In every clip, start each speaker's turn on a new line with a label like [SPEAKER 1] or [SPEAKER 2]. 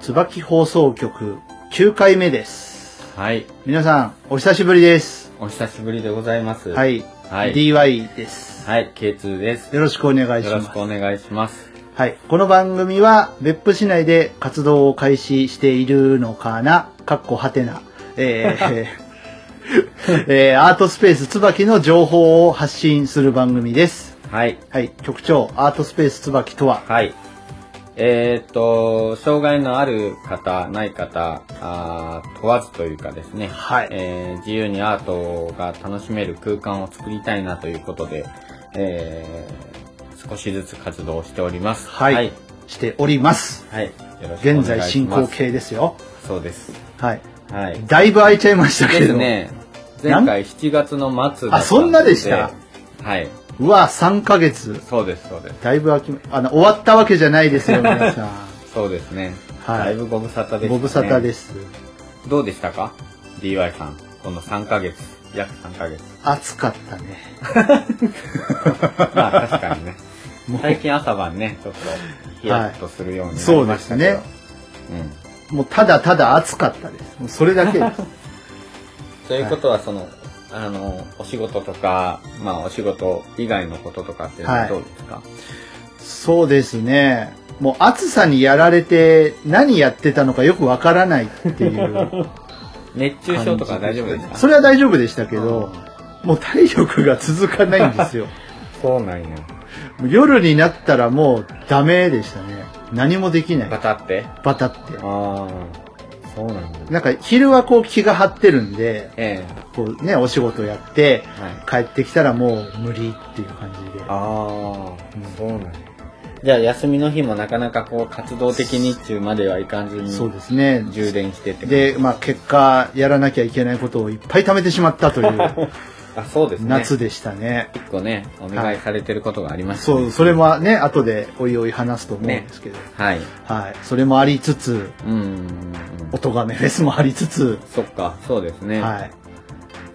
[SPEAKER 1] 椿放送局9回目です。
[SPEAKER 2] はい、
[SPEAKER 1] 皆さん、お久しぶりです。
[SPEAKER 2] お久しぶりでございます。
[SPEAKER 1] は。い。
[SPEAKER 2] はい。
[SPEAKER 1] DY です。
[SPEAKER 2] はい、K2 です。
[SPEAKER 1] よろしくお願いし
[SPEAKER 2] よろ
[SPEAKER 1] ま
[SPEAKER 2] し
[SPEAKER 1] す
[SPEAKER 2] く。お願いします。
[SPEAKER 1] はい。この番組は、別府市内で活動を開始しているのかな、かっこはてな、え ーえーアートスペース椿の情報を発信する番組です。
[SPEAKER 2] はい。
[SPEAKER 1] はい。局長、アートスペース椿とは、
[SPEAKER 2] はい。えーっと、障害のある方、ない方、あー問わずというかですね、
[SPEAKER 1] はい
[SPEAKER 2] えー自由にアートが楽しめる空間を作りたいなということで、えー少しずつ活動をしております。
[SPEAKER 1] はい
[SPEAKER 2] はい。
[SPEAKER 1] しております。
[SPEAKER 2] はいよろしくお願いしま
[SPEAKER 1] 現
[SPEAKER 2] す。
[SPEAKER 1] 在進行。形ですよ。
[SPEAKER 2] そうです。
[SPEAKER 1] はい。
[SPEAKER 2] はい。
[SPEAKER 1] だいぶ空いちゃいましたけ
[SPEAKER 2] で
[SPEAKER 1] れ
[SPEAKER 2] す
[SPEAKER 1] ど。
[SPEAKER 2] ね。前回7月の末だったので。
[SPEAKER 1] あそんなでした
[SPEAKER 2] はい。
[SPEAKER 1] うわ、3ヶ月。
[SPEAKER 2] そうです、そうです。
[SPEAKER 1] だいぶ空きま、あの、終わったわけじゃない ですよ、皆さん。
[SPEAKER 2] そうですね。
[SPEAKER 1] はい
[SPEAKER 2] だいぶご無沙汰でしたね。
[SPEAKER 1] ご無沙汰です。
[SPEAKER 2] す。どうでしたか ?DY さん。この3ヶ月。約3 ヶ月。
[SPEAKER 1] 暑かったね。
[SPEAKER 2] まあ確かにね
[SPEAKER 1] も。う
[SPEAKER 2] 最近朝晩ね、ちょっとヒヤッとするようになりましたけど。
[SPEAKER 1] はいそうもうただただ暑かったです。もうそれだけです。
[SPEAKER 2] うん。ということは、その、あの、お仕事とか、まあお仕事以外のこととかっていうの
[SPEAKER 1] は
[SPEAKER 2] はいどうですか、
[SPEAKER 1] そうですね。もう暑さにやられて何やってたのかよくわからないっていう感
[SPEAKER 2] 熱
[SPEAKER 1] じ
[SPEAKER 2] 中症とか大丈夫ですか
[SPEAKER 1] それは大丈夫でしたけど、もう体力が続かないんです よ。
[SPEAKER 2] そうなんや。
[SPEAKER 1] もう夜になったらもうダメでしたね。何もできな
[SPEAKER 2] バ
[SPEAKER 1] い。
[SPEAKER 2] タってあ
[SPEAKER 1] バタって。
[SPEAKER 2] あ、そうなんだ。
[SPEAKER 1] なんか昼はこう気が張ってるんで、
[SPEAKER 2] え
[SPEAKER 1] こうね、お仕事やって
[SPEAKER 2] え、はい。
[SPEAKER 1] 帰ってきたらもう無理っていう感じで。
[SPEAKER 2] ああ、そうなんやじゃあ休みの日もなかなかこう活動的にっていうまではいかずに
[SPEAKER 1] そうですね。
[SPEAKER 2] 充電してってこと
[SPEAKER 1] で、まあ結果、やらなきゃいけないことをいっぱい貯めてしまったという
[SPEAKER 2] あそうですね
[SPEAKER 1] 夏でしたね。
[SPEAKER 2] 結構ねお願いされてることがありましたね、
[SPEAKER 1] そう、それもね、後でおいおい話すと思うんですけど。
[SPEAKER 2] はい
[SPEAKER 1] はい。それもありつつ、
[SPEAKER 2] うんうんうん
[SPEAKER 1] おとがめフェスもありつつ、
[SPEAKER 2] そっかそうですね、
[SPEAKER 1] は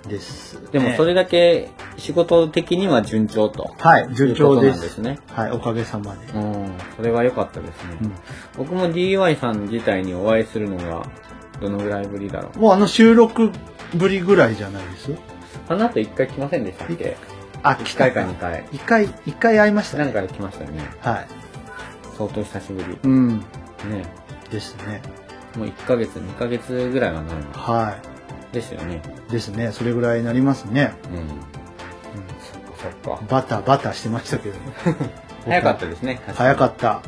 [SPEAKER 1] い。です、
[SPEAKER 2] でもそれ
[SPEAKER 1] ね、
[SPEAKER 2] だけ仕事的には順調と
[SPEAKER 1] はい、順調です。
[SPEAKER 2] いうことなんですね
[SPEAKER 1] はい、おかげさまで。
[SPEAKER 2] うんそれは良かったですね、
[SPEAKER 1] うん
[SPEAKER 2] 僕も DY さん自体にお会いするのがどのぐらいぶりだろう
[SPEAKER 1] もうあの収録ぶりぐらいじゃないです
[SPEAKER 2] あなた1回来ませんでしたっけ
[SPEAKER 1] あ、
[SPEAKER 2] 1
[SPEAKER 1] 来た
[SPEAKER 2] 回
[SPEAKER 1] か
[SPEAKER 2] か2回
[SPEAKER 1] 一回、一回会いました
[SPEAKER 2] なん
[SPEAKER 1] ね。
[SPEAKER 2] かで来ましたよね
[SPEAKER 1] はい。
[SPEAKER 2] 相当久しぶり
[SPEAKER 1] うん。
[SPEAKER 2] ね
[SPEAKER 1] ですね。
[SPEAKER 2] もう1ヶ月2ヶ月ぐらいはないの
[SPEAKER 1] は
[SPEAKER 2] ですよね
[SPEAKER 1] い。ですね。それぐらいになりますね。
[SPEAKER 2] うん、そっか
[SPEAKER 1] バタバタしてましたけど、ね、
[SPEAKER 2] 早かったですね
[SPEAKER 1] 早かった。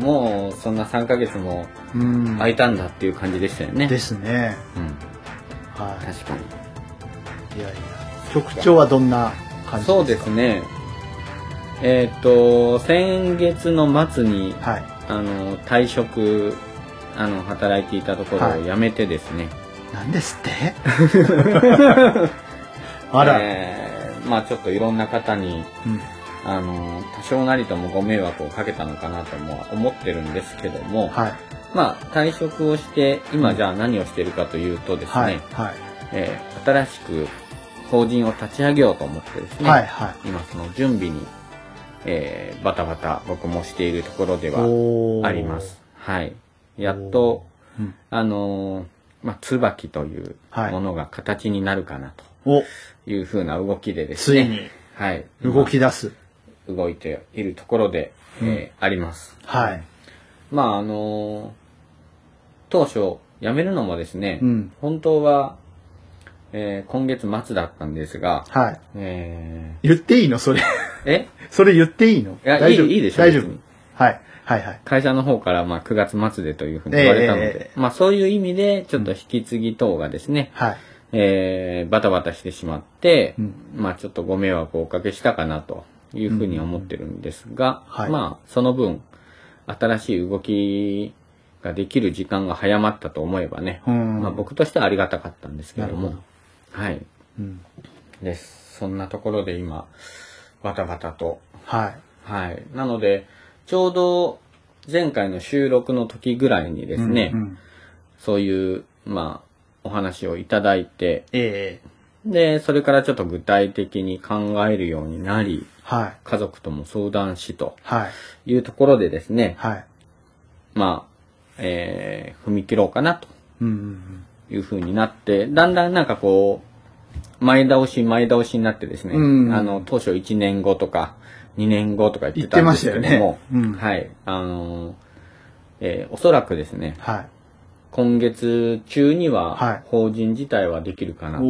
[SPEAKER 2] もうそんな3ヶ月も
[SPEAKER 1] うん。
[SPEAKER 2] 空いたんだっていう感じでしたよね
[SPEAKER 1] ですね。
[SPEAKER 2] うん
[SPEAKER 1] は
[SPEAKER 2] 確かに
[SPEAKER 1] い。いやいや。局長はどんな感じですか
[SPEAKER 2] そうです。ねえーっと先月の末に
[SPEAKER 1] はい。
[SPEAKER 2] あの退職あの働いていたところ
[SPEAKER 1] は
[SPEAKER 2] を
[SPEAKER 1] い
[SPEAKER 2] 辞めてですね、
[SPEAKER 1] なんですって あら、
[SPEAKER 2] えーまあちょっといろんな方に
[SPEAKER 1] うん。
[SPEAKER 2] あの多少なりともご迷惑をかけたのかなとも思ってるんですけども、
[SPEAKER 1] はい。
[SPEAKER 2] まあ退職をして今じゃあ何をしてるかというとですね、
[SPEAKER 1] はい。はい。
[SPEAKER 2] えー新しく法人を立ち上げようと思ってですね、
[SPEAKER 1] はい。は
[SPEAKER 2] 今その準備に、えーバタバタ僕もしているところで
[SPEAKER 1] い。
[SPEAKER 2] は
[SPEAKER 1] おー
[SPEAKER 2] あります。。はい、やっと
[SPEAKER 1] うん。
[SPEAKER 2] あのーまあ椿という
[SPEAKER 1] はい
[SPEAKER 2] ものが形になるかな
[SPEAKER 1] お、
[SPEAKER 2] というふうな動きでです
[SPEAKER 1] つい
[SPEAKER 2] ね、
[SPEAKER 1] に
[SPEAKER 2] はい、
[SPEAKER 1] 動き出す。
[SPEAKER 2] 今動いているところで、えーあります。
[SPEAKER 1] はい。
[SPEAKER 2] まああのー当初辞めるのもですね、
[SPEAKER 1] うん
[SPEAKER 2] 本当は、えー今月末だったんですが、
[SPEAKER 1] はい。
[SPEAKER 2] え
[SPEAKER 1] 言っていいのそれ。
[SPEAKER 2] ーえ
[SPEAKER 1] それ言っていいの
[SPEAKER 2] いや
[SPEAKER 1] 大丈夫
[SPEAKER 2] いいいいでしょ
[SPEAKER 1] 大丈夫
[SPEAKER 2] 別に。
[SPEAKER 1] はい。はいはい。
[SPEAKER 2] 会社の方からまあ9月末でというふうに言われたの
[SPEAKER 1] ええ
[SPEAKER 2] で、まあそういう意味でちょっと引き継ぎ等がですね、
[SPEAKER 1] はい。
[SPEAKER 2] えーバタバタしてしまって、
[SPEAKER 1] うん
[SPEAKER 2] まあちょっとご迷惑をおかけしたかなというふうに思ってるんですが、
[SPEAKER 1] うんはい
[SPEAKER 2] まあその分新しい動きができる時間が早まったと思えばね、
[SPEAKER 1] うん。
[SPEAKER 2] まあ、僕としてはありがたかったんですけれども
[SPEAKER 1] なるほ
[SPEAKER 2] はい
[SPEAKER 1] うん。
[SPEAKER 2] ですそんなところで今バタバタと
[SPEAKER 1] はい。
[SPEAKER 2] はいなのでちょうど前回の収録の時ぐらいにですね、
[SPEAKER 1] うんうん
[SPEAKER 2] そういうまあお話をいただいて
[SPEAKER 1] ええ
[SPEAKER 2] でそれからちょっと具体的に考えるようになり
[SPEAKER 1] はい。
[SPEAKER 2] 家族とも相談しと
[SPEAKER 1] はい。
[SPEAKER 2] いうところでですね
[SPEAKER 1] はい。
[SPEAKER 2] まあ、えー踏み切ろうかなと
[SPEAKER 1] うんうん
[SPEAKER 2] いう風になって、だんだんなんかこう、前倒し前倒しになってですね、
[SPEAKER 1] うん
[SPEAKER 2] あの、当初1年後とか、2年後とか言ってたんですけども、
[SPEAKER 1] 言ってましたよねうん
[SPEAKER 2] はい、あのー、えーおそらくですね、
[SPEAKER 1] はい。
[SPEAKER 2] 今月中に
[SPEAKER 1] は
[SPEAKER 2] はい法人自体はできるかなと、
[SPEAKER 1] お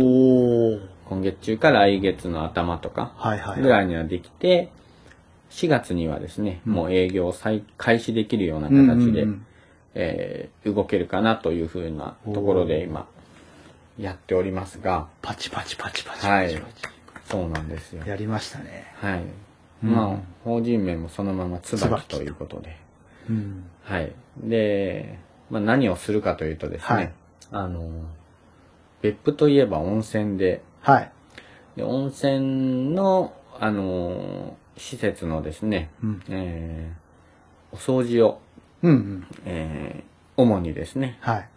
[SPEAKER 1] ー。
[SPEAKER 2] 今月中か来月の頭とか
[SPEAKER 1] はいはい。
[SPEAKER 2] ぐらいにはできて、4月にはですね、
[SPEAKER 1] うん
[SPEAKER 2] もう営業を再開始できるような
[SPEAKER 1] うんうん
[SPEAKER 2] 形で、
[SPEAKER 1] うん
[SPEAKER 2] えー動けるかなというふうなところで今、やっておりますが、
[SPEAKER 1] パチパチパチパチパチ
[SPEAKER 2] は
[SPEAKER 1] パ
[SPEAKER 2] い
[SPEAKER 1] チ。
[SPEAKER 2] そうなんですよ。
[SPEAKER 1] やりましたね。
[SPEAKER 2] はい。
[SPEAKER 1] うん
[SPEAKER 2] まあ、法人名もそのまま椿
[SPEAKER 1] 椿
[SPEAKER 2] ということで。
[SPEAKER 1] うん。
[SPEAKER 2] はい。で、まあ何をするかというとですね、
[SPEAKER 1] はい
[SPEAKER 2] あの、別府といえば温泉で、
[SPEAKER 1] はい。
[SPEAKER 2] で温泉の、あの、施設のですね、
[SPEAKER 1] うん。
[SPEAKER 2] えーお掃除を、
[SPEAKER 1] うんうん。
[SPEAKER 2] えー主にですね、
[SPEAKER 1] はい。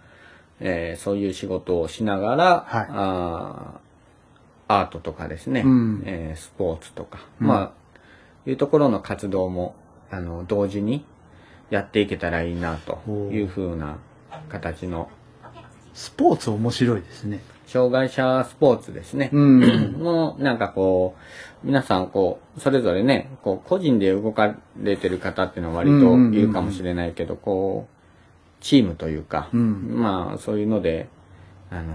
[SPEAKER 2] えーそういう仕事をしながら、
[SPEAKER 1] はい
[SPEAKER 2] あーアートとかですね、
[SPEAKER 1] うん
[SPEAKER 2] えースポーツとか、
[SPEAKER 1] うん
[SPEAKER 2] まあ、いうところの活動も、あの、同時にやっていけたらいいな、というふうな形の、
[SPEAKER 1] スポーツ面白いですね。
[SPEAKER 2] 障害者スポーツですね。
[SPEAKER 1] うん。
[SPEAKER 2] もうなんかこう、皆さんこう、それぞれね、こう、個人で動かれてる方っていうのは割
[SPEAKER 1] うんうんうんう
[SPEAKER 2] と
[SPEAKER 1] ん
[SPEAKER 2] いるかもしれないけど、こう、チームというか、
[SPEAKER 1] うん
[SPEAKER 2] まあそういうので、あのー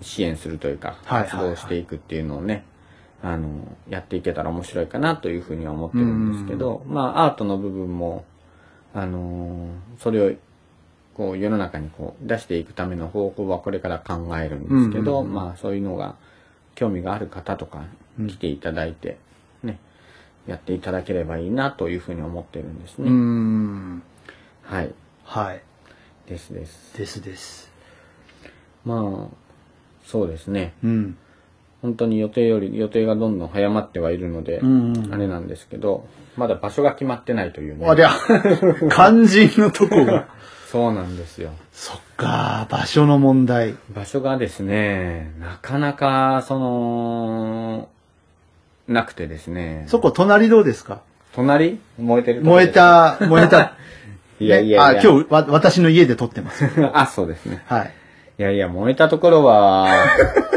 [SPEAKER 2] 支援するというか、
[SPEAKER 1] はいはい
[SPEAKER 2] 活動していくっていうのをね、あのーやっていけたら面白いかなというふうには思ってるんですけど、まあアートの部分も、あのーそれをこう世の中にこう出していくための方法はこれから考えるんですけど、
[SPEAKER 1] うんうんうん
[SPEAKER 2] まあそういうのが興味がある方とか
[SPEAKER 1] うん
[SPEAKER 2] 来ていただいて、ね、やっていただければいいなというふうに思ってるんですね。
[SPEAKER 1] うん。
[SPEAKER 2] はい。
[SPEAKER 1] はい。
[SPEAKER 2] ですです。
[SPEAKER 1] ですです。
[SPEAKER 2] まあ、そうですね。
[SPEAKER 1] うん。
[SPEAKER 2] 本当に予定より、予定がどんどん早まってはいるので、
[SPEAKER 1] うんうん
[SPEAKER 2] あれなんですけど、まだ場所が決まってないというね。
[SPEAKER 1] ありゃ、 肝心のとこが。
[SPEAKER 2] そうなんですよ。
[SPEAKER 1] そっか、場所の問題。
[SPEAKER 2] 場所がですね、なかなか、その、なくてですね。
[SPEAKER 1] そこ、隣どうですか
[SPEAKER 2] 隣燃えてるとこ
[SPEAKER 1] 燃え。た、 燃えた。
[SPEAKER 2] いやいやい
[SPEAKER 1] ね
[SPEAKER 2] や。
[SPEAKER 1] あ、今日、わ、私の家で撮ってます。
[SPEAKER 2] 日。 あ、そうですね。
[SPEAKER 1] はい。
[SPEAKER 2] いやいや、燃えたところは、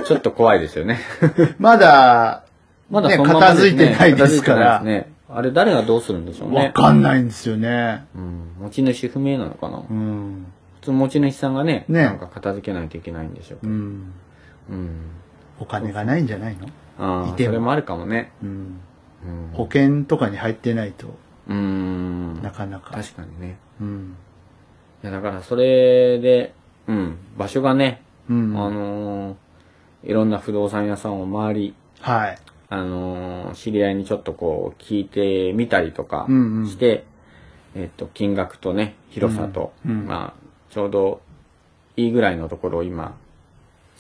[SPEAKER 2] ちょっと怖いですよね。
[SPEAKER 1] まだ、
[SPEAKER 2] まだ
[SPEAKER 1] ね
[SPEAKER 2] そのまま
[SPEAKER 1] 片付いてないですから
[SPEAKER 2] 片付いてないですね。あれ誰がどうするんでしょう
[SPEAKER 1] わ
[SPEAKER 2] ね。
[SPEAKER 1] かんないんですよね。
[SPEAKER 2] うん。持ち主不明なのかな。
[SPEAKER 1] うん。
[SPEAKER 2] 普通持ち主さんがね、
[SPEAKER 1] ね
[SPEAKER 2] なんか片付けないといけないんでしょう
[SPEAKER 1] う
[SPEAKER 2] けど。
[SPEAKER 1] ん。
[SPEAKER 2] うん。
[SPEAKER 1] お金がないんじゃないの
[SPEAKER 2] あ
[SPEAKER 1] い
[SPEAKER 2] あ、
[SPEAKER 1] て
[SPEAKER 2] そ
[SPEAKER 1] も
[SPEAKER 2] れもあるかもね。
[SPEAKER 1] うん。
[SPEAKER 2] うん。
[SPEAKER 1] 保険とかに入ってないと、
[SPEAKER 2] うん。
[SPEAKER 1] なかなか。
[SPEAKER 2] 確かにね。
[SPEAKER 1] うん。
[SPEAKER 2] いや、だからそれで、うん、場所がね、
[SPEAKER 1] うん。
[SPEAKER 2] あのーいろんな不動産屋さんを回り、
[SPEAKER 1] はい。
[SPEAKER 2] あのー知り合いにちょっとこう、聞いてみたりとか
[SPEAKER 1] うんうん
[SPEAKER 2] して、えっと、金額とね、広さと、
[SPEAKER 1] うんうん
[SPEAKER 2] まあ、ちょうどいいぐらいのところを今、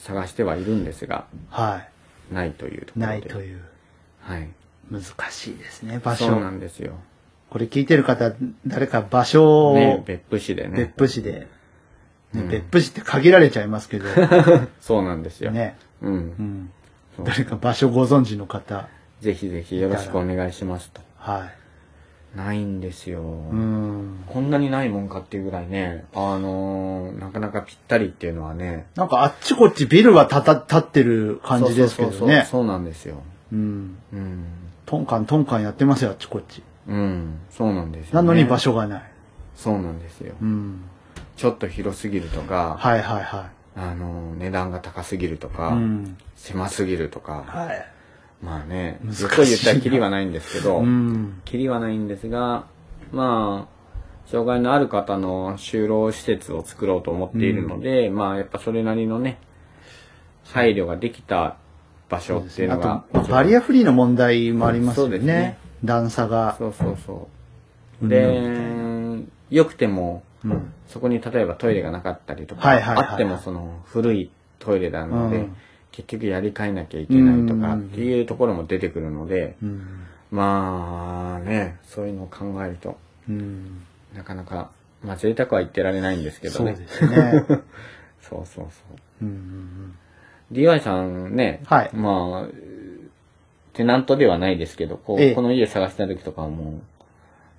[SPEAKER 2] 探してはいるんですが、
[SPEAKER 1] は
[SPEAKER 2] ないというとこ
[SPEAKER 1] い。
[SPEAKER 2] ろで。
[SPEAKER 1] ないという。
[SPEAKER 2] はい。
[SPEAKER 1] 難しいですね、場
[SPEAKER 2] そうな
[SPEAKER 1] 所。
[SPEAKER 2] んですよ。
[SPEAKER 1] これ聞いてる方、誰か場所を、
[SPEAKER 2] ね、別府市で
[SPEAKER 1] 別
[SPEAKER 2] ね。
[SPEAKER 1] 府市で、ね
[SPEAKER 2] うん
[SPEAKER 1] 別府市って限られちゃいます けど、
[SPEAKER 2] そうなんですよ。
[SPEAKER 1] ね。
[SPEAKER 2] う。
[SPEAKER 1] うんん
[SPEAKER 2] そう
[SPEAKER 1] 誰か場所ご存知の方、
[SPEAKER 2] ぜひぜひよろしくお願いしますと。
[SPEAKER 1] は
[SPEAKER 2] ないんですよ。
[SPEAKER 1] い。うん。
[SPEAKER 2] こんなにないもんかっていうぐらいね、あのーなかなかぴったりっていうのはね、
[SPEAKER 1] なんかあっちこっちビルはたた立ってる感じですけ
[SPEAKER 2] そうそ
[SPEAKER 1] ど
[SPEAKER 2] うそうそう
[SPEAKER 1] ね。
[SPEAKER 2] そうなんですよ。
[SPEAKER 1] うん。
[SPEAKER 2] うん。
[SPEAKER 1] トンカントンカンやってますよ、あっちこっち。
[SPEAKER 2] うん。そうなんですよ、ね。
[SPEAKER 1] なのに場所がない。
[SPEAKER 2] そうなんですよ
[SPEAKER 1] う。ん。
[SPEAKER 2] ちょっと広すぎるとか、
[SPEAKER 1] はいはいは
[SPEAKER 2] あのー値段が高すぎるとか、
[SPEAKER 1] い。うん。
[SPEAKER 2] 狭すぎるとか、
[SPEAKER 1] はい。
[SPEAKER 2] まあね、
[SPEAKER 1] 難しい
[SPEAKER 2] ずっ
[SPEAKER 1] な
[SPEAKER 2] と言ったらキリはないんですけど、
[SPEAKER 1] うん。
[SPEAKER 2] キリはないんですが、まあ、障害のある方の就労施設を作ろうと思っているので、まあ、やっぱそれなりのね、配慮ができた場所っていうのが
[SPEAKER 1] あ、と、バリアフリーの問題もありますよ
[SPEAKER 2] そうで
[SPEAKER 1] ね。
[SPEAKER 2] すね
[SPEAKER 1] 段差が。
[SPEAKER 2] そうそうそ
[SPEAKER 1] う
[SPEAKER 2] う。
[SPEAKER 1] ん
[SPEAKER 2] で、良くても、
[SPEAKER 1] うん。
[SPEAKER 2] そこに例えばトイレがなかったりとか、
[SPEAKER 1] はいはいはいはい
[SPEAKER 2] あってもその古いトイレなので、
[SPEAKER 1] うん
[SPEAKER 2] 結局やり替えなきゃいけないとか
[SPEAKER 1] う
[SPEAKER 2] っ
[SPEAKER 1] ん
[SPEAKER 2] ていうところも出てくるので、
[SPEAKER 1] うん。
[SPEAKER 2] まあね、そういうのを考えると、
[SPEAKER 1] うん。
[SPEAKER 2] なかなか、まあ贅沢は言ってられないんですけど
[SPEAKER 1] そう
[SPEAKER 2] ね。
[SPEAKER 1] ですね。
[SPEAKER 2] そうそうそう
[SPEAKER 1] うんうんうん。
[SPEAKER 2] DY さんね、
[SPEAKER 1] はい
[SPEAKER 2] まあ、えーテナントではないですけど、こう、
[SPEAKER 1] ええ
[SPEAKER 2] この家探した時とかはもう、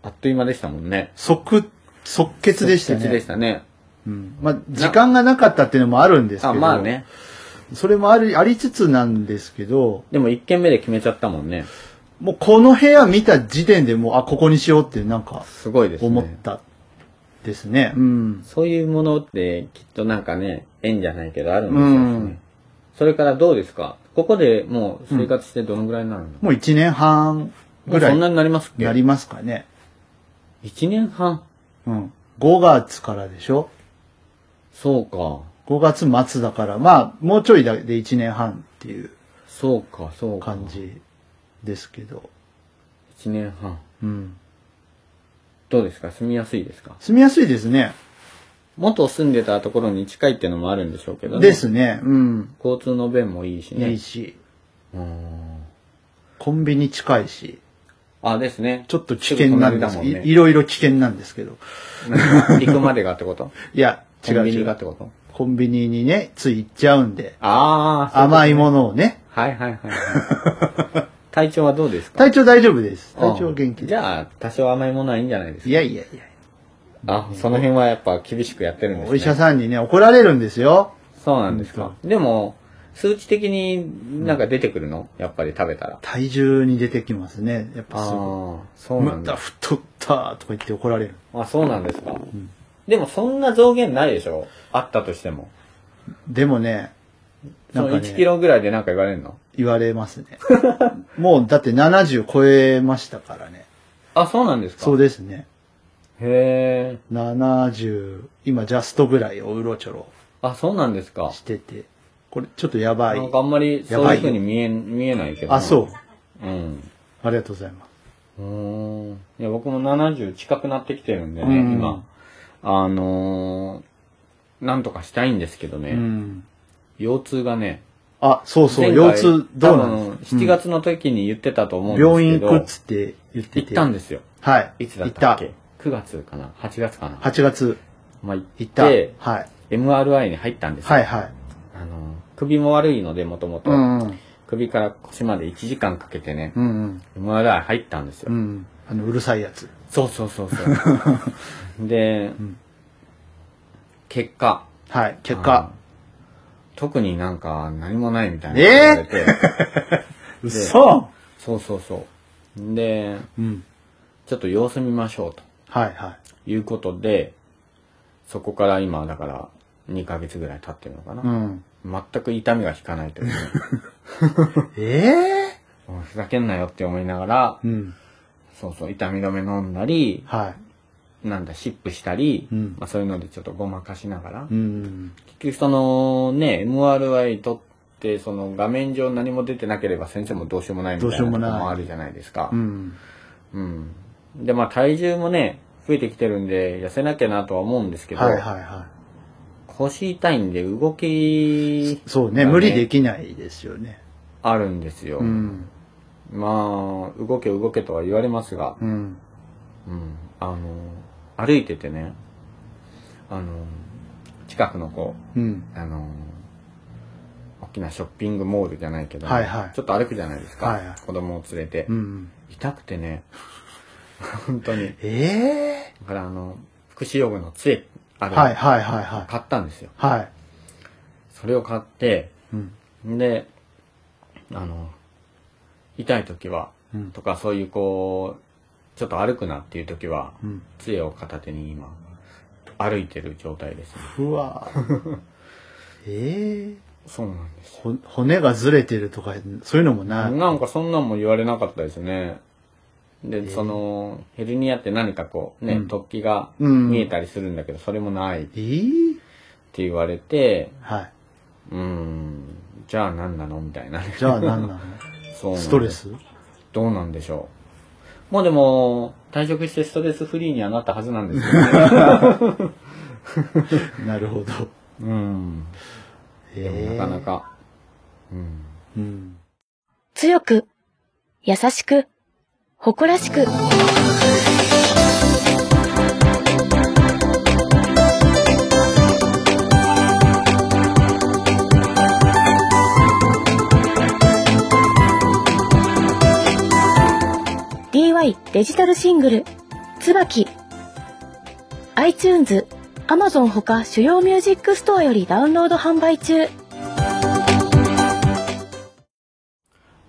[SPEAKER 2] あっという間でしたもんね。
[SPEAKER 1] 即即決でした
[SPEAKER 2] 即決で
[SPEAKER 1] ね
[SPEAKER 2] し。たね。
[SPEAKER 1] うん。まあ、時間がなかったっていうのもあるんですけど。
[SPEAKER 2] あ、まあ。ね。
[SPEAKER 1] それもあり、ありつつなんですけど、
[SPEAKER 2] でも1軒目で決めちゃったもんね。
[SPEAKER 1] もうこの部屋見た時点でもう、あ、ここにしようってなんか
[SPEAKER 2] すごいですね。
[SPEAKER 1] 思ったですね。うん。
[SPEAKER 2] そういうものってきっとなんかね、縁じゃないけどあるんです
[SPEAKER 1] う
[SPEAKER 2] よね。
[SPEAKER 1] ん。
[SPEAKER 2] それからどうですかここでもう生活してどのぐらいになるの、
[SPEAKER 1] もう1年半ぐら
[SPEAKER 2] そん
[SPEAKER 1] い
[SPEAKER 2] なになりますっけ
[SPEAKER 1] やりますかね。
[SPEAKER 2] 1年半
[SPEAKER 1] うん。5月からでしょ
[SPEAKER 2] そうか。
[SPEAKER 1] 5月末だから、まあ、もうちょいだで1年半っていう
[SPEAKER 2] そうか、そうか。
[SPEAKER 1] 感。じですけど。
[SPEAKER 2] 1年半。
[SPEAKER 1] うん。
[SPEAKER 2] どうですか住みやすいですか
[SPEAKER 1] 住みやすいですね。
[SPEAKER 2] 元住んでたところに近いっていうのもあるんでしょうけどね。
[SPEAKER 1] ですね。うん。
[SPEAKER 2] 交通の便もいいしね。
[SPEAKER 1] いいし、
[SPEAKER 2] うーん。
[SPEAKER 1] コンビニ近いし、
[SPEAKER 2] あ、ですね。
[SPEAKER 1] ちょっと危険なんです。
[SPEAKER 2] すぐ隣だもん
[SPEAKER 1] い
[SPEAKER 2] ね。
[SPEAKER 1] いろいろ危険なんですけど。
[SPEAKER 2] なんか行くまでがってこと
[SPEAKER 1] いや、 違
[SPEAKER 2] コン
[SPEAKER 1] う
[SPEAKER 2] ビニ
[SPEAKER 1] 違
[SPEAKER 2] がっ
[SPEAKER 1] う。
[SPEAKER 2] てこと
[SPEAKER 1] コンビニにね、つい行っちゃうんで、
[SPEAKER 2] ああ、
[SPEAKER 1] 甘いものをね。
[SPEAKER 2] はいはいはいはい。 体調はどうですか
[SPEAKER 1] 体調大丈夫です。体調元気
[SPEAKER 2] う
[SPEAKER 1] で
[SPEAKER 2] んじゃあ、多少甘いものはいいんじゃないで
[SPEAKER 1] す。
[SPEAKER 2] すか
[SPEAKER 1] いやいやいや。
[SPEAKER 2] あ、その辺はやっぱ厳しくやってるんですね。
[SPEAKER 1] お医者さんにね、怒られるんですよ。
[SPEAKER 2] そうなんですか。でも、数値的になんか出てくるのやっぱり食べたら。
[SPEAKER 1] 体重に出てきますね。やっぱすごい。
[SPEAKER 2] ああ、そうな
[SPEAKER 1] ま
[SPEAKER 2] ん
[SPEAKER 1] た
[SPEAKER 2] だ。
[SPEAKER 1] 太ったとか言って怒られる。
[SPEAKER 2] あ、そうなんですか。でもそんな増減ないでしょあったとしても。
[SPEAKER 1] でもね、な
[SPEAKER 2] そ
[SPEAKER 1] んか
[SPEAKER 2] の
[SPEAKER 1] ね
[SPEAKER 2] 1キロぐらいでなんか言われるの
[SPEAKER 1] 言われますね。 もうだって70超えましたからね。
[SPEAKER 2] あ、そうなんですか
[SPEAKER 1] そうですね。
[SPEAKER 2] へえ。
[SPEAKER 1] 70、今ジャストぐらいをうろちょろ
[SPEAKER 2] あ、そうなんですか。
[SPEAKER 1] してて、これちょっとやばい
[SPEAKER 2] な。んかあんまりそういう風に見え、見えないけど。
[SPEAKER 1] あ、そう。
[SPEAKER 2] う。うん。
[SPEAKER 1] ありがとうございます。
[SPEAKER 2] うーん。いや、僕も70近くなってきてるんでね、
[SPEAKER 1] うん
[SPEAKER 2] 今。あのー、なんとかしたいんですけどね、
[SPEAKER 1] うん。
[SPEAKER 2] 腰痛がね、
[SPEAKER 1] あ、そうそう、腰痛どうなんですか
[SPEAKER 2] す ?7 月の時に言ってたと思うんですけど、
[SPEAKER 1] 病院行くっつって言ってて。
[SPEAKER 2] 行ったんですよ。
[SPEAKER 1] はい。
[SPEAKER 2] いつだったっ
[SPEAKER 1] 行
[SPEAKER 2] け ?9 月かな ?8 月かな
[SPEAKER 1] 8月
[SPEAKER 2] まあ、行
[SPEAKER 1] 行
[SPEAKER 2] っ
[SPEAKER 1] った。は
[SPEAKER 2] て
[SPEAKER 1] い。、はい
[SPEAKER 2] MRI に入ったんですよ。
[SPEAKER 1] はい。
[SPEAKER 2] あのー首も悪いので、もともと
[SPEAKER 1] う。んうん。
[SPEAKER 2] 首から腰まで1時間かけてね、
[SPEAKER 1] うんうん。
[SPEAKER 2] MRI 入ったんですよ。
[SPEAKER 1] うん。あの、うるさいやつ。
[SPEAKER 2] そうそうそう そう。で、
[SPEAKER 1] ん
[SPEAKER 2] 結果。
[SPEAKER 1] はい。結
[SPEAKER 2] あの
[SPEAKER 1] 果。。
[SPEAKER 2] 特になんか何もないみたいな。
[SPEAKER 1] え
[SPEAKER 2] て、
[SPEAKER 1] うっそ
[SPEAKER 2] そうそうそう。で、
[SPEAKER 1] うん。
[SPEAKER 2] ちょっと様子見ましょうと
[SPEAKER 1] はいはい。
[SPEAKER 2] いうことで、そこから今だから2ヶ月ぐらい経ってるのかな。
[SPEAKER 1] うん。
[SPEAKER 2] 全く痛みが引かないというね、
[SPEAKER 1] ええ
[SPEAKER 2] もうふざけんなよって思いながら、
[SPEAKER 1] うん。
[SPEAKER 2] そうそう、痛み止め飲んだり、
[SPEAKER 1] は
[SPEAKER 2] なんだ、シップしたり、
[SPEAKER 1] うん
[SPEAKER 2] まあそういうのでちょっとごまかしながら
[SPEAKER 1] い。う、ん。
[SPEAKER 2] 結局そのね MRI 取ってその画面上何も出てなければ先生もどうしようもないみたいな
[SPEAKER 1] どうしよ
[SPEAKER 2] と
[SPEAKER 1] う
[SPEAKER 2] こ
[SPEAKER 1] もない
[SPEAKER 2] もあるじゃないですか
[SPEAKER 1] う。ん。
[SPEAKER 2] うん、でまあ体重もね増えてきてるんで痩せなきゃなとは思うんですけど、
[SPEAKER 1] はいはいは
[SPEAKER 2] 腰痛いんで動き
[SPEAKER 1] い。そうね、
[SPEAKER 2] だね
[SPEAKER 1] 無理できないですよね。
[SPEAKER 2] あるんですよ。
[SPEAKER 1] うん。
[SPEAKER 2] まあ動け動けとは言われますが、
[SPEAKER 1] うん。
[SPEAKER 2] うん、あの歩いててねあの近くのこう
[SPEAKER 1] うん。
[SPEAKER 2] あのー大きなショッピングモールじゃないけど、
[SPEAKER 1] はいはい
[SPEAKER 2] ちょっと歩くじゃないですか、
[SPEAKER 1] はいはい
[SPEAKER 2] 子供を連れて、
[SPEAKER 1] うん。
[SPEAKER 2] 痛くてね 本当にだ
[SPEAKER 1] ええ
[SPEAKER 2] からあの福祉用具の杖ある、
[SPEAKER 1] はいはいはいはい。
[SPEAKER 2] 買ったんですよ
[SPEAKER 1] はい。
[SPEAKER 2] それを買って
[SPEAKER 1] うん。
[SPEAKER 2] であの痛い時は
[SPEAKER 1] うん。
[SPEAKER 2] とかそういうこうちょっと歩くなっていう時は
[SPEAKER 1] うん。
[SPEAKER 2] 杖を片手に今歩いてる状態ですね
[SPEAKER 1] うわ ええ
[SPEAKER 2] そうなんです
[SPEAKER 1] ほ骨がずれてるとか、そういうのもない。
[SPEAKER 2] なんかそんなんも言われなかったですね。で、その、ヘルニアって何かこう、ね、
[SPEAKER 1] うん
[SPEAKER 2] 突起が
[SPEAKER 1] うん
[SPEAKER 2] 見えたりするんだけど、それもないっ
[SPEAKER 1] ええ
[SPEAKER 2] て言われて、
[SPEAKER 1] はい。
[SPEAKER 2] うーん、じゃあ何なのみたいな。
[SPEAKER 1] じゃあ何なの
[SPEAKER 2] そうなんで
[SPEAKER 1] ス
[SPEAKER 2] す
[SPEAKER 1] トレス
[SPEAKER 2] どうなんでしょう。まあでも、退職してストレスフリーにはなったはずなんですけどね。
[SPEAKER 1] なるほど。
[SPEAKER 2] うん。でも
[SPEAKER 1] ええ
[SPEAKER 2] なかなか、うん。
[SPEAKER 1] うん。
[SPEAKER 3] 強く、優しく、誇らしく。DY デジタルシングル、椿。 iTunes、Amazon ほか主要ミュージックストアよりダウンロード販売中。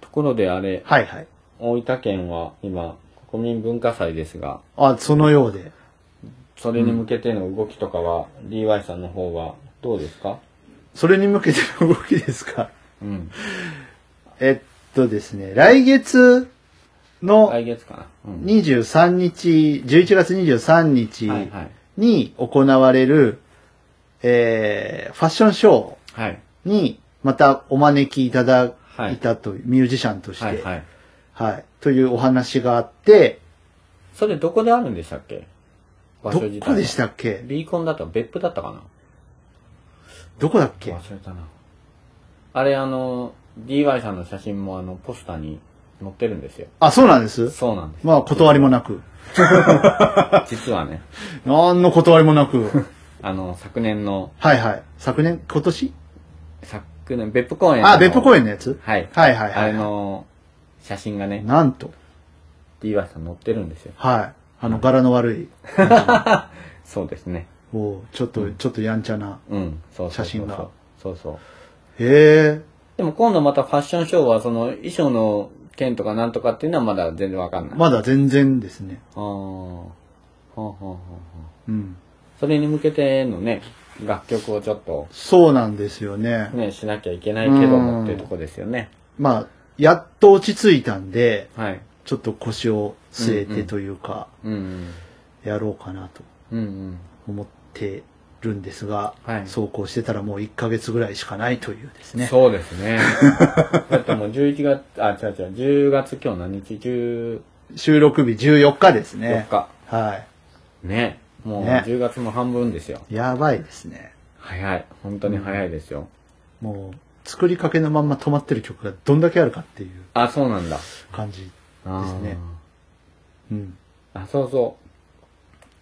[SPEAKER 2] ところであれ、
[SPEAKER 1] はいはい。
[SPEAKER 2] 大分県は今、国民文化祭ですが、
[SPEAKER 1] あ、そのようで。
[SPEAKER 2] それに向けての動きとかは、DY さんの方はどうですか
[SPEAKER 1] それに向けての動きですか。
[SPEAKER 2] うん。
[SPEAKER 1] えっとですね、来月の
[SPEAKER 2] 来月かな。うん。
[SPEAKER 1] 23日、11月23日
[SPEAKER 2] はいはい。
[SPEAKER 1] に行われる、えー、ファッションショー
[SPEAKER 2] はい。
[SPEAKER 1] にまたお招きいただいたという、ミュージシャンとして、
[SPEAKER 2] はいはい。
[SPEAKER 1] はい。というお話があって、
[SPEAKER 2] それどこであるんでしたっけ場
[SPEAKER 1] ど
[SPEAKER 2] 所自体は。
[SPEAKER 1] こでしたっけ
[SPEAKER 2] ビーコンだったか別府だったかな
[SPEAKER 1] どこだっけ
[SPEAKER 2] 忘れたな。あれあの、DY さんの写真もあの、ポスターに載ってるんですよ。
[SPEAKER 1] あ、そうなんです。
[SPEAKER 2] そうなんです。
[SPEAKER 1] まあ、断りもなく。
[SPEAKER 2] 実はね、
[SPEAKER 1] 何の断りもなく。
[SPEAKER 2] あの、昨年の、
[SPEAKER 1] はいはい。昨年今年
[SPEAKER 2] 昨年、別府公園の
[SPEAKER 1] あ、別府公園のやつ
[SPEAKER 2] はい。
[SPEAKER 1] はいはい
[SPEAKER 2] あ
[SPEAKER 1] は
[SPEAKER 2] れ
[SPEAKER 1] い。
[SPEAKER 2] の、写真がね、
[SPEAKER 1] なんと。
[SPEAKER 2] DY さん載ってるんですよ。
[SPEAKER 1] はい。あの、柄の悪い。
[SPEAKER 2] そうですね。
[SPEAKER 1] もう、ちょっと、ちょっとやんちゃな。
[SPEAKER 2] うん、そうそうそうそ
[SPEAKER 1] 写
[SPEAKER 2] う。
[SPEAKER 1] 真が。
[SPEAKER 2] そうそう。
[SPEAKER 1] へえ。
[SPEAKER 2] でも今度またファッションショーは、その、衣装の件とかなんとかっていうのはまだ全然わかんない。
[SPEAKER 1] まだ全然ですね。
[SPEAKER 2] あーはあ、はあはあはあ
[SPEAKER 1] うん。
[SPEAKER 2] それに向けてのね、楽曲をちょっと、
[SPEAKER 1] そうなんですよね。
[SPEAKER 2] ね、しなきゃいけないけど
[SPEAKER 1] うん
[SPEAKER 2] もっていうとこですよね。
[SPEAKER 1] まあ、やっと落ち着いたんで、
[SPEAKER 2] はい。
[SPEAKER 1] ちょっと腰を据え
[SPEAKER 2] うんう
[SPEAKER 1] て
[SPEAKER 2] ん
[SPEAKER 1] というか、
[SPEAKER 2] うん
[SPEAKER 1] やろうかなと
[SPEAKER 2] うん。うんうん。
[SPEAKER 1] 思ってるんですが、
[SPEAKER 2] はい
[SPEAKER 1] そうこうしてたらもう1ヶ月ぐらいしかないというですね。
[SPEAKER 2] そうで すね。だってもう11月、あ、違う違う、10月今日何日 ?14
[SPEAKER 1] 収録日14日ですね。
[SPEAKER 2] 日。
[SPEAKER 1] は
[SPEAKER 2] ね。もう
[SPEAKER 1] ね
[SPEAKER 2] 10月も半分ですよ。
[SPEAKER 1] い。やばいですね。
[SPEAKER 2] 早い。本当に早いですよ。
[SPEAKER 1] もう、作りかけのまんま止まってる曲がどんだけあるかっていう
[SPEAKER 2] あ、そうなんだ。
[SPEAKER 1] 感じ。
[SPEAKER 2] あー
[SPEAKER 1] ですねうん。
[SPEAKER 2] あ、そうそ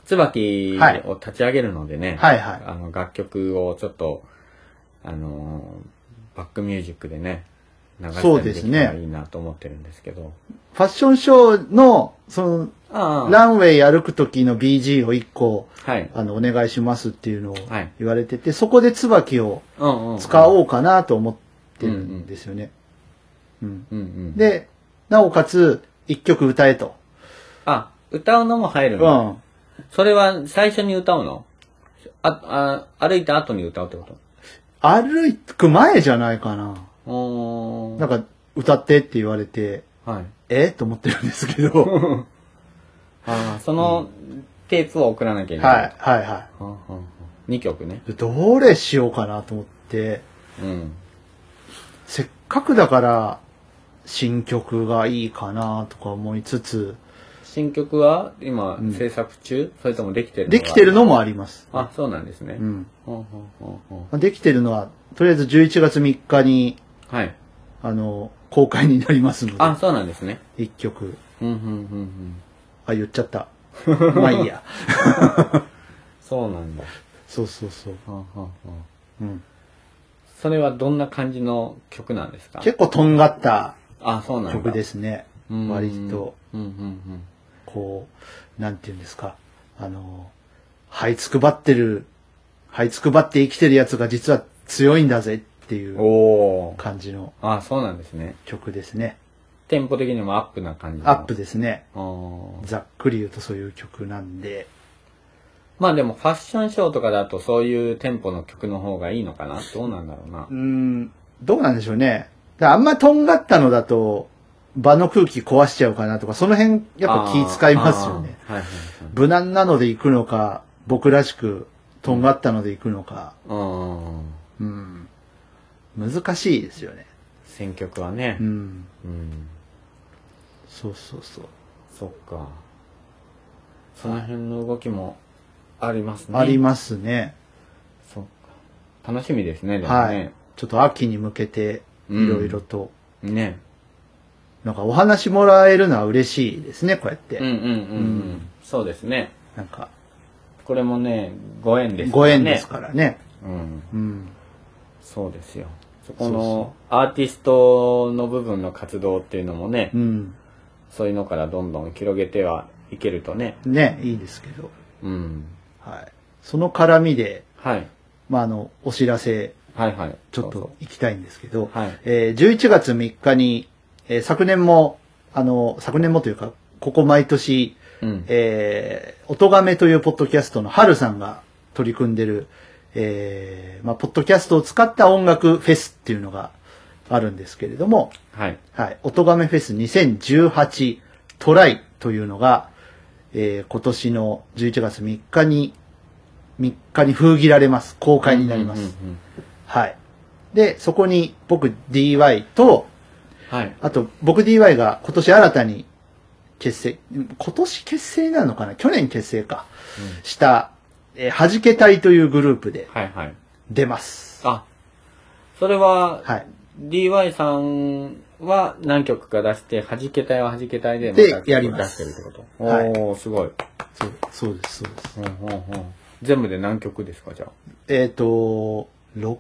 [SPEAKER 2] う。椿
[SPEAKER 1] はい
[SPEAKER 2] を立ち上げるのでね。
[SPEAKER 1] はいはい。
[SPEAKER 2] あの、楽曲をちょっと、あのーバックミュージックでね、流した
[SPEAKER 1] そう
[SPEAKER 2] り
[SPEAKER 1] で
[SPEAKER 2] ですき
[SPEAKER 1] ね
[SPEAKER 2] たらいいなと思ってるんですけど。
[SPEAKER 1] ファッションショーの、そ
[SPEAKER 2] あ
[SPEAKER 1] の、
[SPEAKER 2] あ、
[SPEAKER 1] ランウェイ歩く時の BG を1個、
[SPEAKER 2] はい。
[SPEAKER 1] あの、お願いしますっていうのを
[SPEAKER 2] はい
[SPEAKER 1] 言われてて、そこで椿を
[SPEAKER 2] うんうん。
[SPEAKER 1] 使
[SPEAKER 2] う。
[SPEAKER 1] おうかなと思ってるんですよね。うん。
[SPEAKER 2] うんうん。で、
[SPEAKER 1] で、なおかつ、1曲歌えと。
[SPEAKER 2] あ、歌うのも入る
[SPEAKER 1] う
[SPEAKER 2] の、
[SPEAKER 1] ん。
[SPEAKER 2] それは最初に歌うのあ、あ、歩いた後に歌うってこと
[SPEAKER 1] 歩く前じゃないかな。
[SPEAKER 2] おー
[SPEAKER 1] なんか、歌ってって言われて、
[SPEAKER 2] はい。
[SPEAKER 1] えと思ってるんですけど。はい、
[SPEAKER 2] ああ、そのテープを送らなきゃいけない。
[SPEAKER 1] はい、は
[SPEAKER 2] はあはあはあ。2曲ね。
[SPEAKER 1] い。どれしようかなと思って、
[SPEAKER 2] うん。
[SPEAKER 1] せっかくだから、新曲がいいかなとか思いつつ、
[SPEAKER 2] 新曲は今
[SPEAKER 1] うん
[SPEAKER 2] 制作中、それともできてるの
[SPEAKER 1] できてるのもあります。
[SPEAKER 2] あ、そうなんですね。
[SPEAKER 1] うん。
[SPEAKER 2] ほうほうほうほ
[SPEAKER 1] できてるのは、とりあえず11月3日に、
[SPEAKER 2] うはい。
[SPEAKER 1] あの、公開になりますので。
[SPEAKER 2] あ、そうなんですね。
[SPEAKER 1] 一曲。
[SPEAKER 2] うんうんうんうん。
[SPEAKER 1] あ、言っちゃった。まあいい や。
[SPEAKER 2] そうなんだ。
[SPEAKER 1] そうそうそう。
[SPEAKER 2] ほうほうほう
[SPEAKER 1] うん、
[SPEAKER 2] それはどんな感じの曲なんですか
[SPEAKER 1] 結構とんがった
[SPEAKER 2] あ、そうなんだ。。
[SPEAKER 1] 曲ですすね。割と、。
[SPEAKER 2] うんうん
[SPEAKER 1] こう、なんていうんですか。あの、這いつくばってる、這いつくばって生きてるやつが実は強いんだぜってい
[SPEAKER 2] うん。
[SPEAKER 1] う
[SPEAKER 2] おー。
[SPEAKER 1] 感じの
[SPEAKER 2] あ、そうなんですね。
[SPEAKER 1] 曲ですね。
[SPEAKER 2] テンポ的にもアップな感じの
[SPEAKER 1] アップ。ですね。
[SPEAKER 2] あー
[SPEAKER 1] ざっくり言うとそういう曲なんで。
[SPEAKER 2] まあでもファッションショーとかだとそういうテンポの曲の方がいいのかなどうなんだろうな
[SPEAKER 1] うー。ん、どうなんでしょうね。だからあんまとんがったのだと、場の空気壊しちゃうかなとか、その辺やっぱ気使いますよね。
[SPEAKER 2] あー。はいはい
[SPEAKER 1] 無難なので行くのか、僕らしく、とんがったので行くのか、
[SPEAKER 2] はい。うん。
[SPEAKER 1] うん。難しいですよね。
[SPEAKER 2] 選曲はね
[SPEAKER 1] う。ん。
[SPEAKER 2] うん
[SPEAKER 1] そうそうそう。
[SPEAKER 2] そっか。その辺の動きもありますね。
[SPEAKER 1] ありますね。
[SPEAKER 2] そっか。楽しみですね、でもね。
[SPEAKER 1] はい。ちょっと秋に向けて、
[SPEAKER 2] うん
[SPEAKER 1] いろいろと、
[SPEAKER 2] ね。
[SPEAKER 1] なんかお話もらえるのは嬉しいですね、こうやって。
[SPEAKER 2] うんうんうん、う
[SPEAKER 1] うん
[SPEAKER 2] ん、そうですね。
[SPEAKER 1] なんか、
[SPEAKER 2] これもね、ご縁です、ね。
[SPEAKER 1] ご縁ですからね。
[SPEAKER 2] うん。
[SPEAKER 1] うん。
[SPEAKER 2] そうですよ。そこのアーティストの部分の活動っていうのもね、
[SPEAKER 1] うん。
[SPEAKER 2] そういうのからどんどん広げてはいけるとね。
[SPEAKER 1] ね、いいですけど。
[SPEAKER 2] うん。
[SPEAKER 1] はい。その絡みで、
[SPEAKER 2] はい。
[SPEAKER 1] まあ、あの、お知らせ、
[SPEAKER 2] はいはい。
[SPEAKER 1] ちょっ
[SPEAKER 2] そう
[SPEAKER 1] と行きたいんですけど、
[SPEAKER 2] そう。はい。
[SPEAKER 1] えー11月3日に、えー昨年も、あの、昨年もというか、ここ毎年、
[SPEAKER 2] うん。
[SPEAKER 1] えー、音がめというポッドキャストの春さんが取り組んでる、えー、まあ、ポッドキャストを使った音楽フェスっていうのがあるんですけれども、
[SPEAKER 2] はい。
[SPEAKER 1] はい、音がめフェス2018トライというのが、えー、今年の11月3日に、3日に封切られます。公開になります。
[SPEAKER 2] うんうんうんうん
[SPEAKER 1] はい。で、そこに僕 DY と、
[SPEAKER 2] はい。
[SPEAKER 1] あと、僕 DY が今年新たに結成、うん今年結成なのかな去年結成か。した、えー、はじけ隊というグループで
[SPEAKER 2] はいはい。
[SPEAKER 1] 出ます。
[SPEAKER 2] あ、それは、
[SPEAKER 1] はい。
[SPEAKER 2] DY さんは何曲か出して、弾けたいは弾けたいで、
[SPEAKER 1] で
[SPEAKER 2] また
[SPEAKER 1] やります
[SPEAKER 2] 出してるってこと。
[SPEAKER 1] はい
[SPEAKER 2] おー、すごい。
[SPEAKER 1] そうそうです、そうです。
[SPEAKER 2] ほんほんほん全部で何曲ですか、じゃ
[SPEAKER 1] えっ、と、6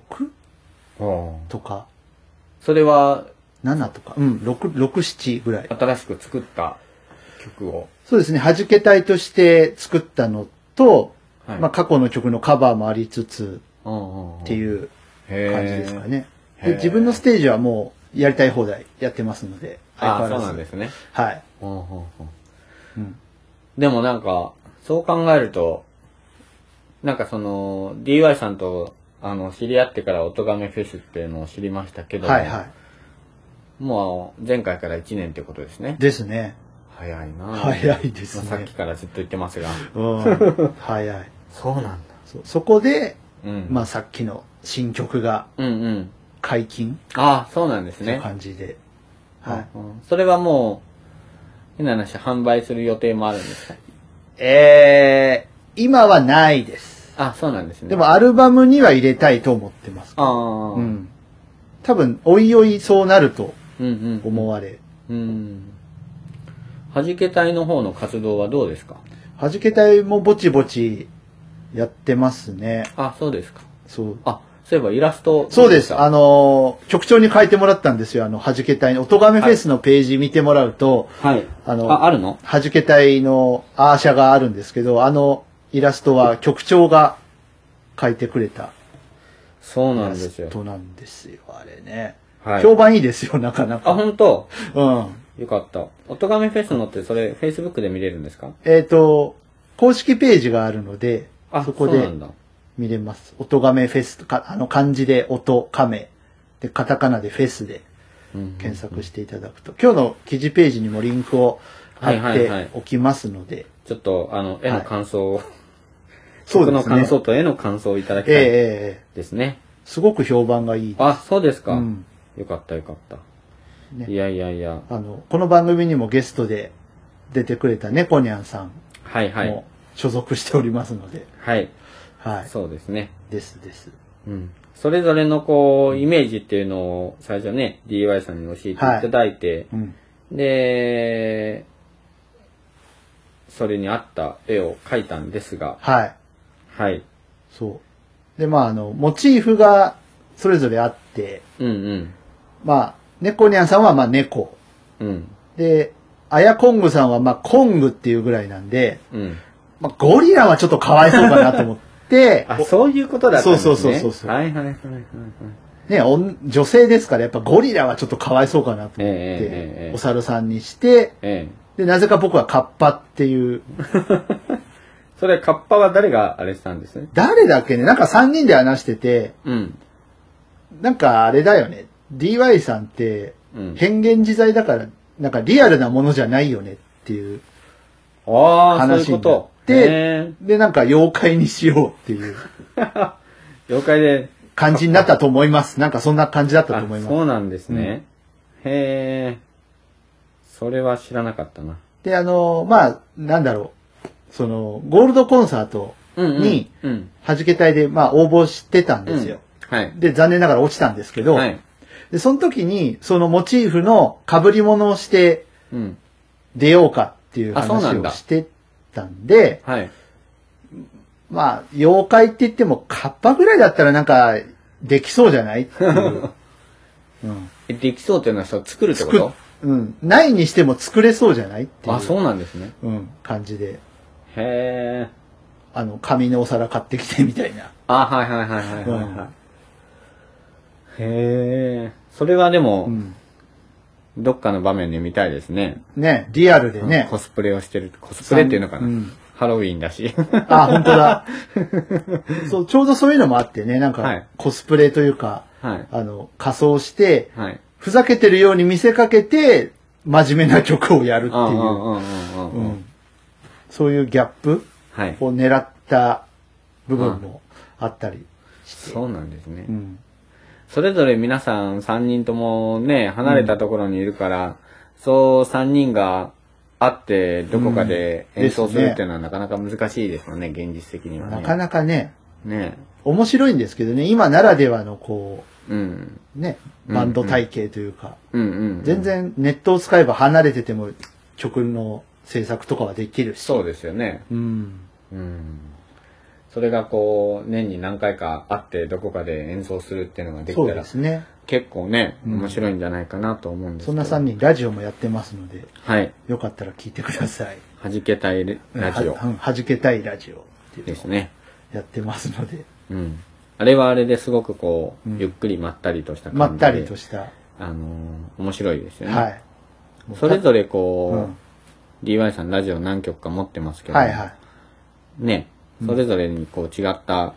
[SPEAKER 2] あ。お
[SPEAKER 1] とか、
[SPEAKER 2] それは、
[SPEAKER 1] 7とか、うん、6、6、7ぐらい。
[SPEAKER 2] 新しく作った曲を。
[SPEAKER 1] そうですね、はじけ隊として作ったのと、
[SPEAKER 2] はい。
[SPEAKER 1] まあ、過去の曲のカバーもありつつ
[SPEAKER 2] あ、っ
[SPEAKER 1] って
[SPEAKER 2] う
[SPEAKER 1] いう感
[SPEAKER 2] 感
[SPEAKER 1] じですか。ね。
[SPEAKER 2] へー
[SPEAKER 1] で自分のステージはもうやりたい放題やってますので。
[SPEAKER 2] あ
[SPEAKER 1] 相変
[SPEAKER 2] ー、そう
[SPEAKER 1] わら
[SPEAKER 2] な
[SPEAKER 1] ず
[SPEAKER 2] んですね。
[SPEAKER 1] はい。
[SPEAKER 2] ほんほんほん
[SPEAKER 1] うん
[SPEAKER 2] でもなんか、そう考えると、なんかその、DY さんと、あの、知り合ってから音がめフェスっていうのを知りましたけど、
[SPEAKER 1] はいは
[SPEAKER 2] もう、前回から1年ってことですね
[SPEAKER 1] い。。ですね。
[SPEAKER 2] 早いなぁ
[SPEAKER 1] 早いです
[SPEAKER 2] まあさっ
[SPEAKER 1] ね
[SPEAKER 2] き。からずっと言ってますが。
[SPEAKER 1] うん。早い。
[SPEAKER 2] そうなんだ。
[SPEAKER 1] そうそこで、
[SPEAKER 2] うん。
[SPEAKER 1] まあさっきの新曲が
[SPEAKER 2] うんうん。
[SPEAKER 1] 解禁
[SPEAKER 2] ああ、そうなんです
[SPEAKER 1] という
[SPEAKER 2] ね。
[SPEAKER 1] 感じで。はい。
[SPEAKER 2] うんそれはもう、変な話、販売する予定もあるんですか
[SPEAKER 1] えー、今はないです。
[SPEAKER 2] あ、そうなんですね。
[SPEAKER 1] でも、アルバムには入れたいと思ってます。
[SPEAKER 2] ああ、
[SPEAKER 1] う。ん。多分、おいおいそうなると
[SPEAKER 2] うんうん。
[SPEAKER 1] 思われ。
[SPEAKER 2] うん。はじけ隊の方の活動はどうですか
[SPEAKER 1] はじけ隊もぼちぼちやってますね。
[SPEAKER 2] あ、そうですか。
[SPEAKER 1] そう。
[SPEAKER 2] あ、そういえばイラスト。
[SPEAKER 1] そうです。あ
[SPEAKER 2] あ
[SPEAKER 1] のー、局長に書いてもらったんですよ。あの、はじけ隊の、音がめフェスのページ見てもらうと、
[SPEAKER 2] はい。
[SPEAKER 1] あの、
[SPEAKER 2] あ、あるの
[SPEAKER 1] はじけ隊のアーシャがあるんですけど、あのイラストは局長が描いてくれた
[SPEAKER 2] そう
[SPEAKER 1] イ
[SPEAKER 2] なん
[SPEAKER 1] ラ
[SPEAKER 2] で
[SPEAKER 1] ス
[SPEAKER 2] すよ。
[SPEAKER 1] トなんですよ、あれね。
[SPEAKER 2] はい。
[SPEAKER 1] 評判いいですよ、なかな
[SPEAKER 2] あ、
[SPEAKER 1] か。
[SPEAKER 2] 本当。
[SPEAKER 1] うん。
[SPEAKER 2] よかった。おとがめフェスのってそれ、Facebook で見れるんですか
[SPEAKER 1] えっ、と、公式ページがあるので、
[SPEAKER 2] あ、
[SPEAKER 1] そこ
[SPEAKER 2] うな
[SPEAKER 1] で
[SPEAKER 2] んだ。
[SPEAKER 1] 見れます。音がめフェスとか、あの漢字で音亀で、カタカナでフェスで検
[SPEAKER 2] 検
[SPEAKER 1] 索していただくと、今日の記事ページにもリンクを貼っ
[SPEAKER 2] はいはいはい
[SPEAKER 1] ておきますので、
[SPEAKER 2] ちょっと、あの、絵の感想を、
[SPEAKER 1] そうで
[SPEAKER 2] 僕の
[SPEAKER 1] すね
[SPEAKER 2] 感。想と絵の感想をいただき
[SPEAKER 1] ええ
[SPEAKER 2] た
[SPEAKER 1] え
[SPEAKER 2] い
[SPEAKER 1] えええ
[SPEAKER 2] ですね。
[SPEAKER 1] すごく評判がいいです。
[SPEAKER 2] あ、そうですか。
[SPEAKER 1] うん
[SPEAKER 2] よかったよかった。
[SPEAKER 1] ね
[SPEAKER 2] いやいやいや。
[SPEAKER 1] あの、この番組にもゲストで出てくれた猫ニャンさん
[SPEAKER 2] はいはい
[SPEAKER 1] も。所属しておりますので、
[SPEAKER 2] はい。
[SPEAKER 1] はい。
[SPEAKER 2] そうですね。
[SPEAKER 1] ですです。
[SPEAKER 2] うん。それぞれのこう、イメージっていうのを最初ね、DY さんに教えていただいて、
[SPEAKER 1] うん。
[SPEAKER 2] で、それに合った絵を描いたんですが、
[SPEAKER 1] はい。
[SPEAKER 2] はい。
[SPEAKER 1] そう。で、まあ、あの、モチーフがそれぞれあって、
[SPEAKER 2] うん
[SPEAKER 1] まあ、猫ニャンさんはまあ猫。
[SPEAKER 2] うん。うん。
[SPEAKER 1] で、アヤコングさんはまあコングっていうぐらいなんで、
[SPEAKER 2] うん。
[SPEAKER 1] まあ、ゴリラはちょっとかわいそうかなと思って、
[SPEAKER 2] あ、そういうことだったんですね。
[SPEAKER 1] そうそうそうそうそう
[SPEAKER 2] はいはいはいはいはい。
[SPEAKER 1] ね、おん女性ですからやっぱゴリラはちょっとかわいそうかなと思っ
[SPEAKER 2] えええええ
[SPEAKER 1] て
[SPEAKER 2] え、
[SPEAKER 1] お猿さんにして、
[SPEAKER 2] ええ。
[SPEAKER 1] で、なぜか僕はカッパっていう、
[SPEAKER 2] それ、カッパは誰があれしたんですね
[SPEAKER 1] 誰だっけねなんか3人で話してて、
[SPEAKER 2] うん。
[SPEAKER 1] なんかあれだよね。DY さんって
[SPEAKER 2] うん。
[SPEAKER 1] 変幻自在だから、なんかリアルなものじゃないよねっていう。
[SPEAKER 2] ああ、そうい
[SPEAKER 1] 話
[SPEAKER 2] うこと。
[SPEAKER 1] になって
[SPEAKER 2] で、
[SPEAKER 1] で、なんか妖怪にしようっていう
[SPEAKER 2] 了解で、
[SPEAKER 1] 感じになったと思います。なんかそんな感じだった
[SPEAKER 2] あ
[SPEAKER 1] と思いま
[SPEAKER 2] そ
[SPEAKER 1] す。
[SPEAKER 2] うなんですね。へえ。それは知らなかったな。
[SPEAKER 1] で、あの、まあ、なんだろう。その、ゴールドコンサート、
[SPEAKER 2] うん、うん。
[SPEAKER 1] に、
[SPEAKER 2] うん。
[SPEAKER 1] 弾け隊で、まあ、応募してたんですよ。
[SPEAKER 2] はい。
[SPEAKER 1] で、残念ながら落ちたんですけど、
[SPEAKER 2] はい。
[SPEAKER 1] で、その時に、そのモチーフの被り物をして、
[SPEAKER 2] うん。
[SPEAKER 1] 出ようかっていう
[SPEAKER 2] あそうな
[SPEAKER 1] 話
[SPEAKER 2] ん
[SPEAKER 1] を
[SPEAKER 2] だ
[SPEAKER 1] してたんで、
[SPEAKER 2] はい。
[SPEAKER 1] まあ、妖怪って言っても、カッパぐらいだったらなんか、できそうじゃ ないっていう。うん。
[SPEAKER 2] えできそうっていうのはさ、作るってこ
[SPEAKER 1] 作っ
[SPEAKER 2] と、
[SPEAKER 1] うん。ないにしても作れそうじゃないっていう。
[SPEAKER 2] あ、そうなんですね。
[SPEAKER 1] うん、感じで。
[SPEAKER 2] へえ。
[SPEAKER 1] あの、紙のお皿買ってきてみたい な。
[SPEAKER 2] あ、はいはいはいはいはい、
[SPEAKER 1] うん
[SPEAKER 2] はい。へえ。それはでも、
[SPEAKER 1] うん。
[SPEAKER 2] どっかの場面で見たいですね。
[SPEAKER 1] ね、リアルでね。
[SPEAKER 2] コスプレをしてる。コスプレっていうのかな。
[SPEAKER 1] うん
[SPEAKER 2] ハロウィンだし。
[SPEAKER 1] あ、本当だ。 そう、ちょうどそういうのもあってね、なん
[SPEAKER 2] は
[SPEAKER 1] か
[SPEAKER 2] い、
[SPEAKER 1] コスプレというか、
[SPEAKER 2] はい。
[SPEAKER 1] あの、仮装して、
[SPEAKER 2] はい。
[SPEAKER 1] ふざけてるように見せかけて、真面目な曲をやるってい
[SPEAKER 2] う
[SPEAKER 1] う、
[SPEAKER 2] んうんうんう
[SPEAKER 1] うん
[SPEAKER 2] うん
[SPEAKER 1] んそういうギャップ
[SPEAKER 2] はい。
[SPEAKER 1] を狙った部分もあったりして。
[SPEAKER 2] そうなんですね
[SPEAKER 1] う。ん
[SPEAKER 2] それぞれ皆さん3人ともね、離れたところにいるから、そう3人が会ってどこかで
[SPEAKER 1] うん
[SPEAKER 2] 演奏する
[SPEAKER 1] ですね
[SPEAKER 2] っていうのはなかなか難しいですよね、現実的にはね。
[SPEAKER 1] なかなかね、
[SPEAKER 2] ね
[SPEAKER 1] 面白いんですけどね、今ならではのこ
[SPEAKER 2] うん。
[SPEAKER 1] う、ね、
[SPEAKER 2] うん
[SPEAKER 1] バンド体系というか、
[SPEAKER 2] うんうん。
[SPEAKER 1] 全。然ネットを使えば離れてても曲の制作とかはできるし。
[SPEAKER 2] そうですよね。
[SPEAKER 1] うん。
[SPEAKER 2] うん。それがこう、年に何回か会ってどこかで演奏するっていうのがで
[SPEAKER 1] そ
[SPEAKER 2] き
[SPEAKER 1] う
[SPEAKER 2] た
[SPEAKER 1] で
[SPEAKER 2] ら
[SPEAKER 1] す、ね。
[SPEAKER 2] 結構ね、
[SPEAKER 1] うん
[SPEAKER 2] 面白いんじゃないかなと思うんです
[SPEAKER 1] そ
[SPEAKER 2] け
[SPEAKER 1] ん
[SPEAKER 2] ど。
[SPEAKER 1] な3人、ラジオもやってますので、
[SPEAKER 2] はい。
[SPEAKER 1] よかったら聞いてください。
[SPEAKER 2] 弾けたいレラジオ
[SPEAKER 1] はうんはじけたいラジオっていう
[SPEAKER 2] で
[SPEAKER 1] の
[SPEAKER 2] す
[SPEAKER 1] を
[SPEAKER 2] ね。
[SPEAKER 1] やってますので、
[SPEAKER 2] うん。あれはあれですごくこう、
[SPEAKER 1] うん
[SPEAKER 2] ゆっくりまったりとした感じで。
[SPEAKER 1] まったりとした、
[SPEAKER 2] あのー面白いですよね。
[SPEAKER 1] はい。
[SPEAKER 2] それぞれ
[SPEAKER 1] う
[SPEAKER 2] こ
[SPEAKER 1] ん
[SPEAKER 2] う、DY さんラジオ何曲か持ってますけど、
[SPEAKER 1] はいはい。
[SPEAKER 2] ね、それぞれにこう違った、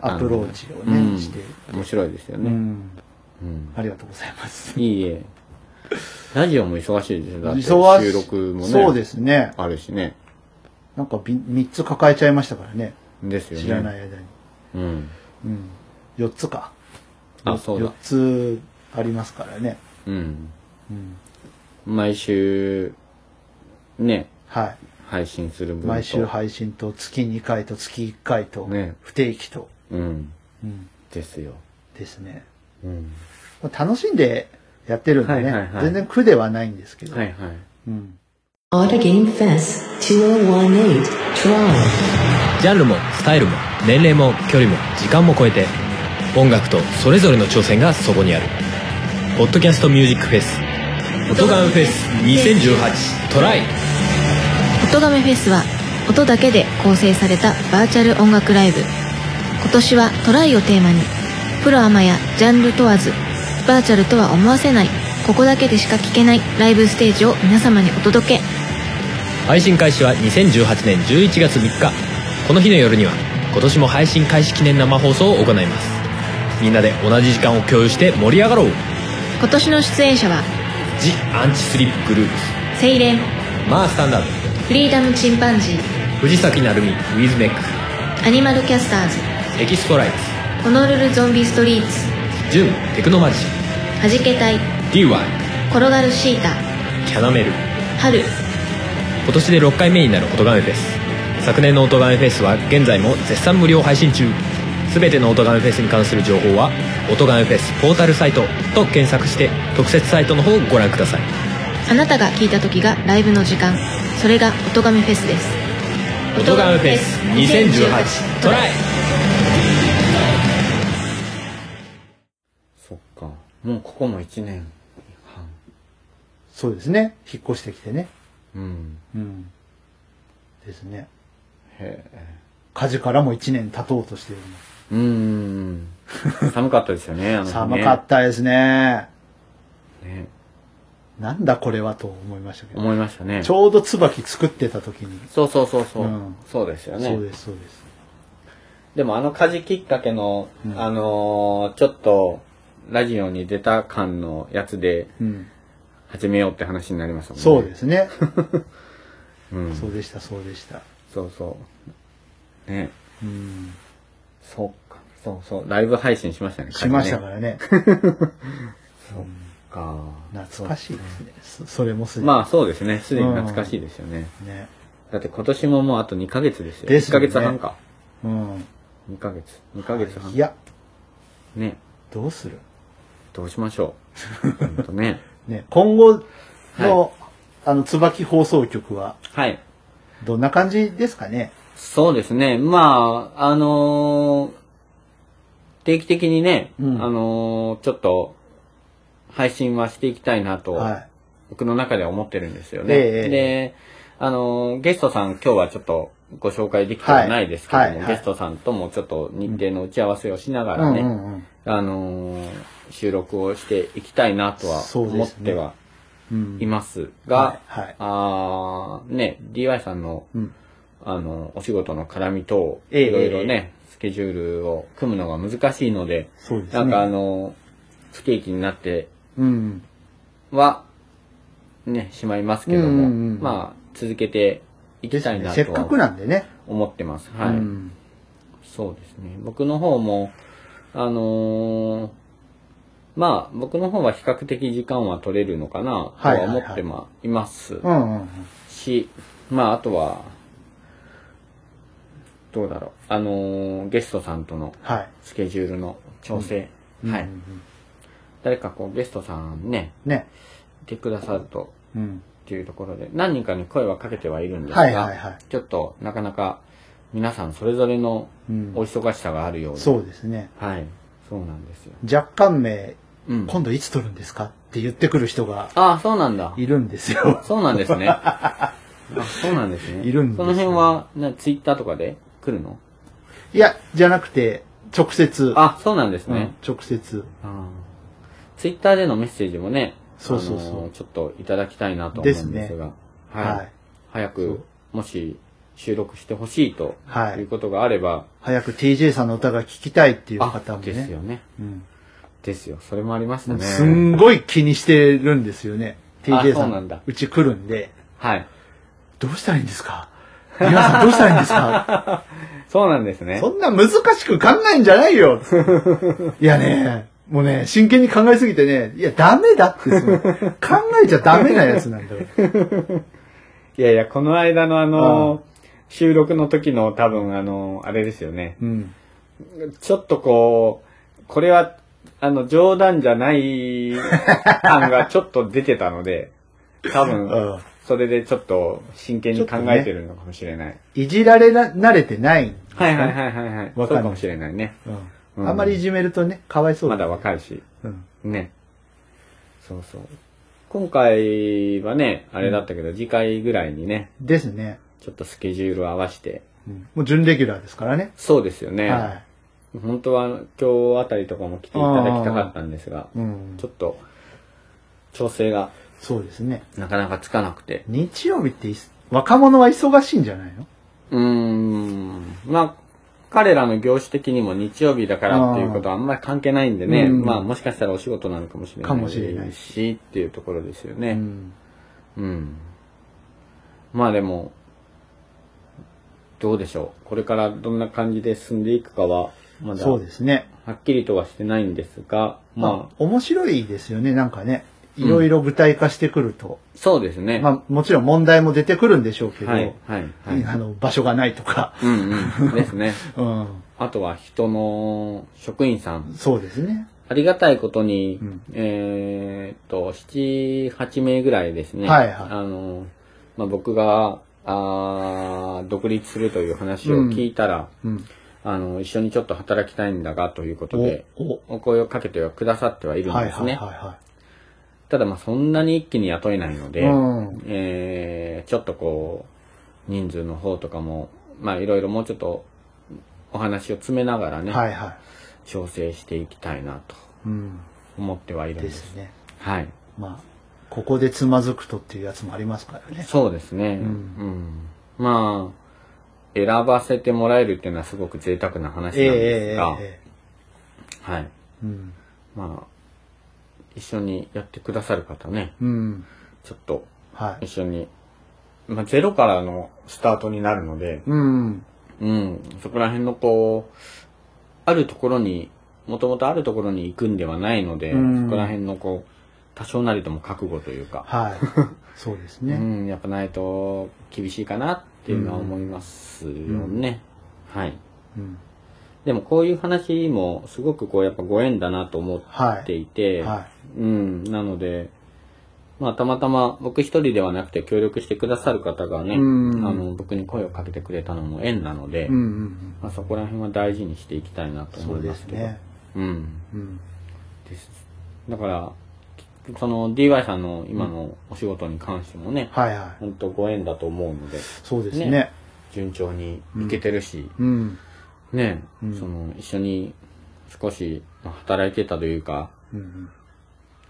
[SPEAKER 1] アプローチを
[SPEAKER 2] うん
[SPEAKER 1] ね、して、
[SPEAKER 2] 面白いですよ
[SPEAKER 1] う
[SPEAKER 2] ね。
[SPEAKER 1] ん。
[SPEAKER 2] うん。
[SPEAKER 1] ありがとうございます。
[SPEAKER 2] いいえ。ラジオも忙しいですよ。だって
[SPEAKER 1] 忙しい
[SPEAKER 2] 収録もね。
[SPEAKER 1] そうですね。
[SPEAKER 2] あるしね。
[SPEAKER 1] なんかび3つ抱えちゃいましたからね。
[SPEAKER 2] ですよね。
[SPEAKER 1] 知らない間に。
[SPEAKER 2] うん。
[SPEAKER 1] うん。4つか。
[SPEAKER 2] あ、そうだ
[SPEAKER 1] 4。つありますからね。
[SPEAKER 2] うん。
[SPEAKER 1] うん。
[SPEAKER 2] 毎週、ね、
[SPEAKER 1] はい。
[SPEAKER 2] 配信する分と。
[SPEAKER 1] 毎週配信と月2回と月1回と
[SPEAKER 2] ね
[SPEAKER 1] 不定期と、
[SPEAKER 2] うん。
[SPEAKER 1] うん
[SPEAKER 2] ですよ。
[SPEAKER 1] ですね
[SPEAKER 2] うん。
[SPEAKER 1] まあ楽しんでやってるんでね、
[SPEAKER 2] はいはいはい
[SPEAKER 1] 全然苦ではないんですけど、
[SPEAKER 2] はいはい。
[SPEAKER 1] うん、
[SPEAKER 4] Auto Game Fest 2018 Trial.
[SPEAKER 5] ジャンルもスタイルも年齢も距離も時間も超えて音楽とそれぞれの挑戦がそこにある「ポッドキャストミュージックフェス」「音ガンフェス2018トライ
[SPEAKER 6] 音亀フェスは音だけで構成されたバーチャル音楽ライブ今年はトライをテーマにプロアマやジャンル問わずバーチャルとは思わせないここだけでしか聴けないライブステージを皆様にお届け」
[SPEAKER 5] 配信開始は2018年11月3日この日の夜には今年も配信開始記念生放送を行いますみんなで同じ時間を共有して盛り上がろう
[SPEAKER 6] 今年の出演者は
[SPEAKER 5] 「ジ・アンチスリップグループス
[SPEAKER 6] セイレン」
[SPEAKER 5] 「マースタンダード」
[SPEAKER 6] フリーダムチンパンジー
[SPEAKER 5] 「藤崎鳴海」「ウィズメック
[SPEAKER 6] アニマルキャスターズ」
[SPEAKER 5] 「エキストライ
[SPEAKER 6] ホノルルゾンビストリーツ
[SPEAKER 5] ツ」「ジュン」「テクノマジシ
[SPEAKER 6] はじけたい
[SPEAKER 5] ャン」「DY」
[SPEAKER 6] 転がるシータ
[SPEAKER 5] 「キャナメル」
[SPEAKER 6] 春
[SPEAKER 5] 今年で6回目になる音ガメフェス昨年の音ガメフェスは現在も絶賛無料配信中全ての音ガメフェスに関する情報は「音ガメフェスポータルサイト」と検索して特設サイトの方をご覧ください
[SPEAKER 6] あなたが聴いた時がライブの時間それが音亀フェスです
[SPEAKER 5] 音ガメフェス2018トライ
[SPEAKER 2] そっか。もうここも1年半。
[SPEAKER 1] そうですね引っ越してきてね、
[SPEAKER 2] うん。
[SPEAKER 1] うん、ですね
[SPEAKER 2] へえ。
[SPEAKER 1] 火事からも1年経とうとしてる
[SPEAKER 2] うーん。 寒かったですよね、あの
[SPEAKER 1] の
[SPEAKER 2] 日ね。
[SPEAKER 1] 寒かったですね
[SPEAKER 2] ね。
[SPEAKER 1] なんだこれはと思いましたけど
[SPEAKER 2] 思いましたね。
[SPEAKER 1] ちょうど椿作ってた時に、
[SPEAKER 2] そうそうそうそう。
[SPEAKER 1] うん
[SPEAKER 2] そうですよね。
[SPEAKER 1] そうですそうです
[SPEAKER 2] でもあの火事きっかけの、
[SPEAKER 1] うん
[SPEAKER 2] あのーちょっと、ラジオに出た感のやつで
[SPEAKER 1] うん、
[SPEAKER 2] 始めようって話になりましたもんね。
[SPEAKER 1] そうで。すね。
[SPEAKER 2] うん。
[SPEAKER 1] そうでした、そうでした。
[SPEAKER 2] そうそう。ね。
[SPEAKER 1] うん。
[SPEAKER 2] そうか。そうそう。ライブ配信しましたね。
[SPEAKER 1] しました
[SPEAKER 2] 火
[SPEAKER 1] か
[SPEAKER 2] 事ね。
[SPEAKER 1] らね。
[SPEAKER 2] そうか。
[SPEAKER 1] 懐かしいですね。そ それもすでに。
[SPEAKER 2] まあそうですね。すでに懐かしいですよね。
[SPEAKER 1] あ。ね。
[SPEAKER 2] だって今年ももうあと2ヶ月ですよ。
[SPEAKER 1] ですよね
[SPEAKER 2] 1ヶ月半か。
[SPEAKER 1] うん。
[SPEAKER 2] 2ヶ月。2ヶ月半。
[SPEAKER 1] い。や、
[SPEAKER 2] ね。
[SPEAKER 1] どうする
[SPEAKER 2] どうしましょう。ほんとね。
[SPEAKER 1] ね、今後の、あの、椿放送局は、
[SPEAKER 2] はい。
[SPEAKER 1] どんな感じですかね。
[SPEAKER 2] そうですね。まあ、あのー定期的にね、
[SPEAKER 1] うん
[SPEAKER 2] あのーちょっと、配信はしていきたいなと、
[SPEAKER 1] は
[SPEAKER 2] 僕の中では思ってるんですよね。
[SPEAKER 1] ええ
[SPEAKER 2] で、あのーゲストさん今日はちょっとご紹介できてはないですけども、
[SPEAKER 1] はいはいはい
[SPEAKER 2] ゲストさんともちょっと日程の打ち合わせをしなが
[SPEAKER 1] う
[SPEAKER 2] ら
[SPEAKER 1] ん
[SPEAKER 2] ね、
[SPEAKER 1] うんうん
[SPEAKER 2] あのー収録をしていきたいなとは
[SPEAKER 1] そう
[SPEAKER 2] 思
[SPEAKER 1] で
[SPEAKER 2] っ
[SPEAKER 1] すね
[SPEAKER 2] ては
[SPEAKER 1] うん
[SPEAKER 2] いますが、
[SPEAKER 1] はいはい
[SPEAKER 2] あーね、DY さんの、
[SPEAKER 1] うん
[SPEAKER 2] あの、お仕事の絡み等、
[SPEAKER 1] ええ
[SPEAKER 2] いろいろね、スケジュールを組むのが難しいので、
[SPEAKER 1] そうですね。
[SPEAKER 2] なんかあの、不景気になって
[SPEAKER 1] うん。
[SPEAKER 2] は、ね、しまいますけども、
[SPEAKER 1] うんうんうん
[SPEAKER 2] まあ、続けてい
[SPEAKER 1] で
[SPEAKER 2] き
[SPEAKER 1] す
[SPEAKER 2] たい
[SPEAKER 1] ね。
[SPEAKER 2] な
[SPEAKER 1] せっかく
[SPEAKER 2] とは
[SPEAKER 1] なんでね。
[SPEAKER 2] 思ってます。はい。
[SPEAKER 1] うん
[SPEAKER 2] そうですね。僕の方も、あのーまあ、僕の方は比較的時間は取れるのかな、と
[SPEAKER 1] はい
[SPEAKER 2] は
[SPEAKER 1] はいは
[SPEAKER 2] 思
[SPEAKER 1] い
[SPEAKER 2] ってまいます
[SPEAKER 1] うんうん
[SPEAKER 2] し、まあ、あとは、どうだろう。あのーゲストさんとの
[SPEAKER 1] はい。
[SPEAKER 2] スケジュールの調整。は
[SPEAKER 1] う
[SPEAKER 2] い
[SPEAKER 1] んう。ん
[SPEAKER 2] 誰かこう、ゲストさんね、
[SPEAKER 1] うんね。
[SPEAKER 2] 来てくださると、
[SPEAKER 1] うん。
[SPEAKER 2] っていうところで、何人かに声はかけてはいるんですが、
[SPEAKER 1] はいはいはい。
[SPEAKER 2] ちょっと、なかなか、皆さんそれぞれの
[SPEAKER 1] うん
[SPEAKER 2] お忙しさがあるようで、
[SPEAKER 1] そうですね。
[SPEAKER 2] はい。そうなんですよ。
[SPEAKER 1] 若干名、
[SPEAKER 2] うん。
[SPEAKER 1] 今度いつ撮るんですかって言ってくる人が
[SPEAKER 2] ああ、そうなんだ。
[SPEAKER 1] いるんです よ。
[SPEAKER 2] そうなん ですね。あそうなんですね。
[SPEAKER 1] いるんです
[SPEAKER 2] そ
[SPEAKER 1] ね
[SPEAKER 2] の辺は、なツイッターとかで来るの
[SPEAKER 1] いや、じゃなくて、直接。
[SPEAKER 2] あ、そうなんです
[SPEAKER 1] うん
[SPEAKER 2] ね。
[SPEAKER 1] 直接。
[SPEAKER 2] あーツイッターでのメッセージもね、
[SPEAKER 1] そうそうそう
[SPEAKER 2] あのーちょっといただきたいなと思うんで
[SPEAKER 1] ですす
[SPEAKER 2] が、はい。
[SPEAKER 1] はい。
[SPEAKER 2] 早
[SPEAKER 1] そ
[SPEAKER 2] く
[SPEAKER 1] う、
[SPEAKER 2] もし収録してほしいと、、
[SPEAKER 1] はい
[SPEAKER 2] う
[SPEAKER 1] い。
[SPEAKER 2] ことがあれば、
[SPEAKER 1] 早く TJ さんの歌が聴きたいっていう
[SPEAKER 2] あ
[SPEAKER 1] 方もね。
[SPEAKER 2] ですよね。
[SPEAKER 1] うん
[SPEAKER 2] ですよ。それもありましたね。
[SPEAKER 1] すんごい気にしてるんですよね。
[SPEAKER 2] あ
[SPEAKER 1] TJ
[SPEAKER 2] そ
[SPEAKER 1] さ
[SPEAKER 2] うなんだ
[SPEAKER 1] ん、うち来るんで、
[SPEAKER 2] はい。
[SPEAKER 1] どうしたらいいんですか皆さんどうしたらいいんですか
[SPEAKER 2] そうなんですね
[SPEAKER 1] そ。んな難しく考えんじゃないよいやね、もうね、真剣に考えすぎてね、いや、ダメだってその、考えちゃダメなやつなんだよ。
[SPEAKER 2] いやいや、この間のあのー収録の時の多分あのーあれですよね。
[SPEAKER 1] うん。
[SPEAKER 2] ちょっとこう、これは、あの、冗談じゃない感がちょっと出てたの で、多
[SPEAKER 1] う
[SPEAKER 2] 分
[SPEAKER 1] ん、
[SPEAKER 2] それでちょっと真剣に考えてるのかもしれない。
[SPEAKER 1] いじられな、慣れてないんですね
[SPEAKER 2] はいはいはいはいはい。そ
[SPEAKER 1] わ
[SPEAKER 2] う
[SPEAKER 1] かんない
[SPEAKER 2] かもしれないね。
[SPEAKER 1] うん。あんまりいじめるとね、かわいそう
[SPEAKER 2] まだ
[SPEAKER 1] わ
[SPEAKER 2] 若いし。
[SPEAKER 1] うん。
[SPEAKER 2] ね。そうそう。今回はね、あれだったけど、次回ぐらいにね、
[SPEAKER 1] ですね。
[SPEAKER 2] ちょっとスケジュールを合わせて。
[SPEAKER 1] うんもう準レギュラーですからね。
[SPEAKER 2] そうですよね。
[SPEAKER 1] は
[SPEAKER 2] 本当は今日あたりとかも来ていただきたかったんですが
[SPEAKER 1] い。、うん
[SPEAKER 2] ちょ。っと、調整が
[SPEAKER 1] そうですね。
[SPEAKER 2] なかなかつかなくて。
[SPEAKER 1] 日曜日っていす若者は忙しいんじゃないの
[SPEAKER 2] うーん。まあ、彼らの業種的にも日曜日だからっていうことはあんまり関係ないんでね、
[SPEAKER 1] うん
[SPEAKER 2] まあもしかしたらお仕事なのかもしれない
[SPEAKER 1] かもしれない
[SPEAKER 2] し、っていうところですよ
[SPEAKER 1] う
[SPEAKER 2] ね。
[SPEAKER 1] ん
[SPEAKER 2] うん。まあでも、どうでしょう。これからどんな感じで進んでいくかは、まだ、
[SPEAKER 1] そう
[SPEAKER 2] は
[SPEAKER 1] ですね。
[SPEAKER 2] っきりとはしてないんですが、
[SPEAKER 1] ま
[SPEAKER 2] ま
[SPEAKER 1] あ
[SPEAKER 2] あ、、
[SPEAKER 1] 面白いですよね、なんかね。いろいろ具体化してくると。
[SPEAKER 2] そうですね。
[SPEAKER 1] まあ、もちろん問題も出てくるんでしょうけど、
[SPEAKER 2] はい、はい、はい。
[SPEAKER 1] あの、場所がないとか、
[SPEAKER 2] うんうん。ですね。
[SPEAKER 1] うん、
[SPEAKER 2] あとは人の職員さん。
[SPEAKER 1] そうですね。
[SPEAKER 2] ありがたいことに、
[SPEAKER 1] うん
[SPEAKER 2] えーっと、7、8名ぐらいですね。
[SPEAKER 1] はいはい
[SPEAKER 2] あの、まあ、僕が、あー独立するという話を聞いたら、
[SPEAKER 1] うん。
[SPEAKER 2] あの、一緒にちょっと働きたいんだが、ということ
[SPEAKER 1] お
[SPEAKER 2] で、
[SPEAKER 1] お
[SPEAKER 2] お声をかけてはくださってはいるん
[SPEAKER 1] はいはい
[SPEAKER 2] です
[SPEAKER 1] はい
[SPEAKER 2] ね。
[SPEAKER 1] は
[SPEAKER 2] ただ、まあ、そんなに一気に雇えないの
[SPEAKER 1] い。
[SPEAKER 2] で、
[SPEAKER 1] うん。
[SPEAKER 2] えーちょっとこう、人数の方とかも、まあいろいろもうちょっとお話を詰めながらね、
[SPEAKER 1] はいは
[SPEAKER 2] 調整していきたいなと
[SPEAKER 1] い。うん。
[SPEAKER 2] 思ってはいるんで。
[SPEAKER 1] ですすね。
[SPEAKER 2] はい。
[SPEAKER 1] まあ、ここでつまずくとっていうやつもありますからね。
[SPEAKER 2] そうですね。
[SPEAKER 1] うん
[SPEAKER 2] うんまあ、選ばせてもらえるっていうのはすごく贅沢な話なん
[SPEAKER 1] えええ
[SPEAKER 2] です
[SPEAKER 1] え
[SPEAKER 2] が、
[SPEAKER 1] え
[SPEAKER 2] はい。
[SPEAKER 1] えうん。
[SPEAKER 2] まあ、一緒にやってくださる方ね、
[SPEAKER 1] うん。
[SPEAKER 2] ちょっと
[SPEAKER 1] はい。
[SPEAKER 2] 一緒に、まあゼロからのスタートになるので、
[SPEAKER 1] うん。
[SPEAKER 2] うん、そこら辺のこう、あるところに、もともとあるところに行くんではないので、
[SPEAKER 1] うん
[SPEAKER 2] そこら辺のこう、多少なりとも覚悟というか、
[SPEAKER 1] はい。そうです
[SPEAKER 2] う
[SPEAKER 1] ね。
[SPEAKER 2] ん、やっぱないと厳しいかなっていうのは思いますよね。はい。
[SPEAKER 1] うん。
[SPEAKER 2] でもこういう話もすごくこうやっぱご縁だなと思
[SPEAKER 1] は
[SPEAKER 2] って
[SPEAKER 1] い。
[SPEAKER 2] いて、
[SPEAKER 1] は
[SPEAKER 2] うん、なので、まあたまたま僕一人ではなくて協力してくださる方がね、
[SPEAKER 1] うん
[SPEAKER 2] あの僕に声をかけてくれたのも縁なので、
[SPEAKER 1] い。うんうんうん。
[SPEAKER 2] まあ、そこら辺は大事にしていきたいなと
[SPEAKER 1] そう
[SPEAKER 2] 思いま
[SPEAKER 1] です
[SPEAKER 2] すけど。
[SPEAKER 1] ね。
[SPEAKER 2] うん。
[SPEAKER 1] うん。
[SPEAKER 2] です。だから、きその DY さんの今のお仕事に関してもね、
[SPEAKER 1] はいはい。
[SPEAKER 2] 本当ご縁だと思うので、
[SPEAKER 1] そうですね。
[SPEAKER 2] ね順調にいけてるし、
[SPEAKER 1] うん。
[SPEAKER 2] ね、
[SPEAKER 1] うん
[SPEAKER 2] その、一緒に少し働いてたというか、
[SPEAKER 1] うん。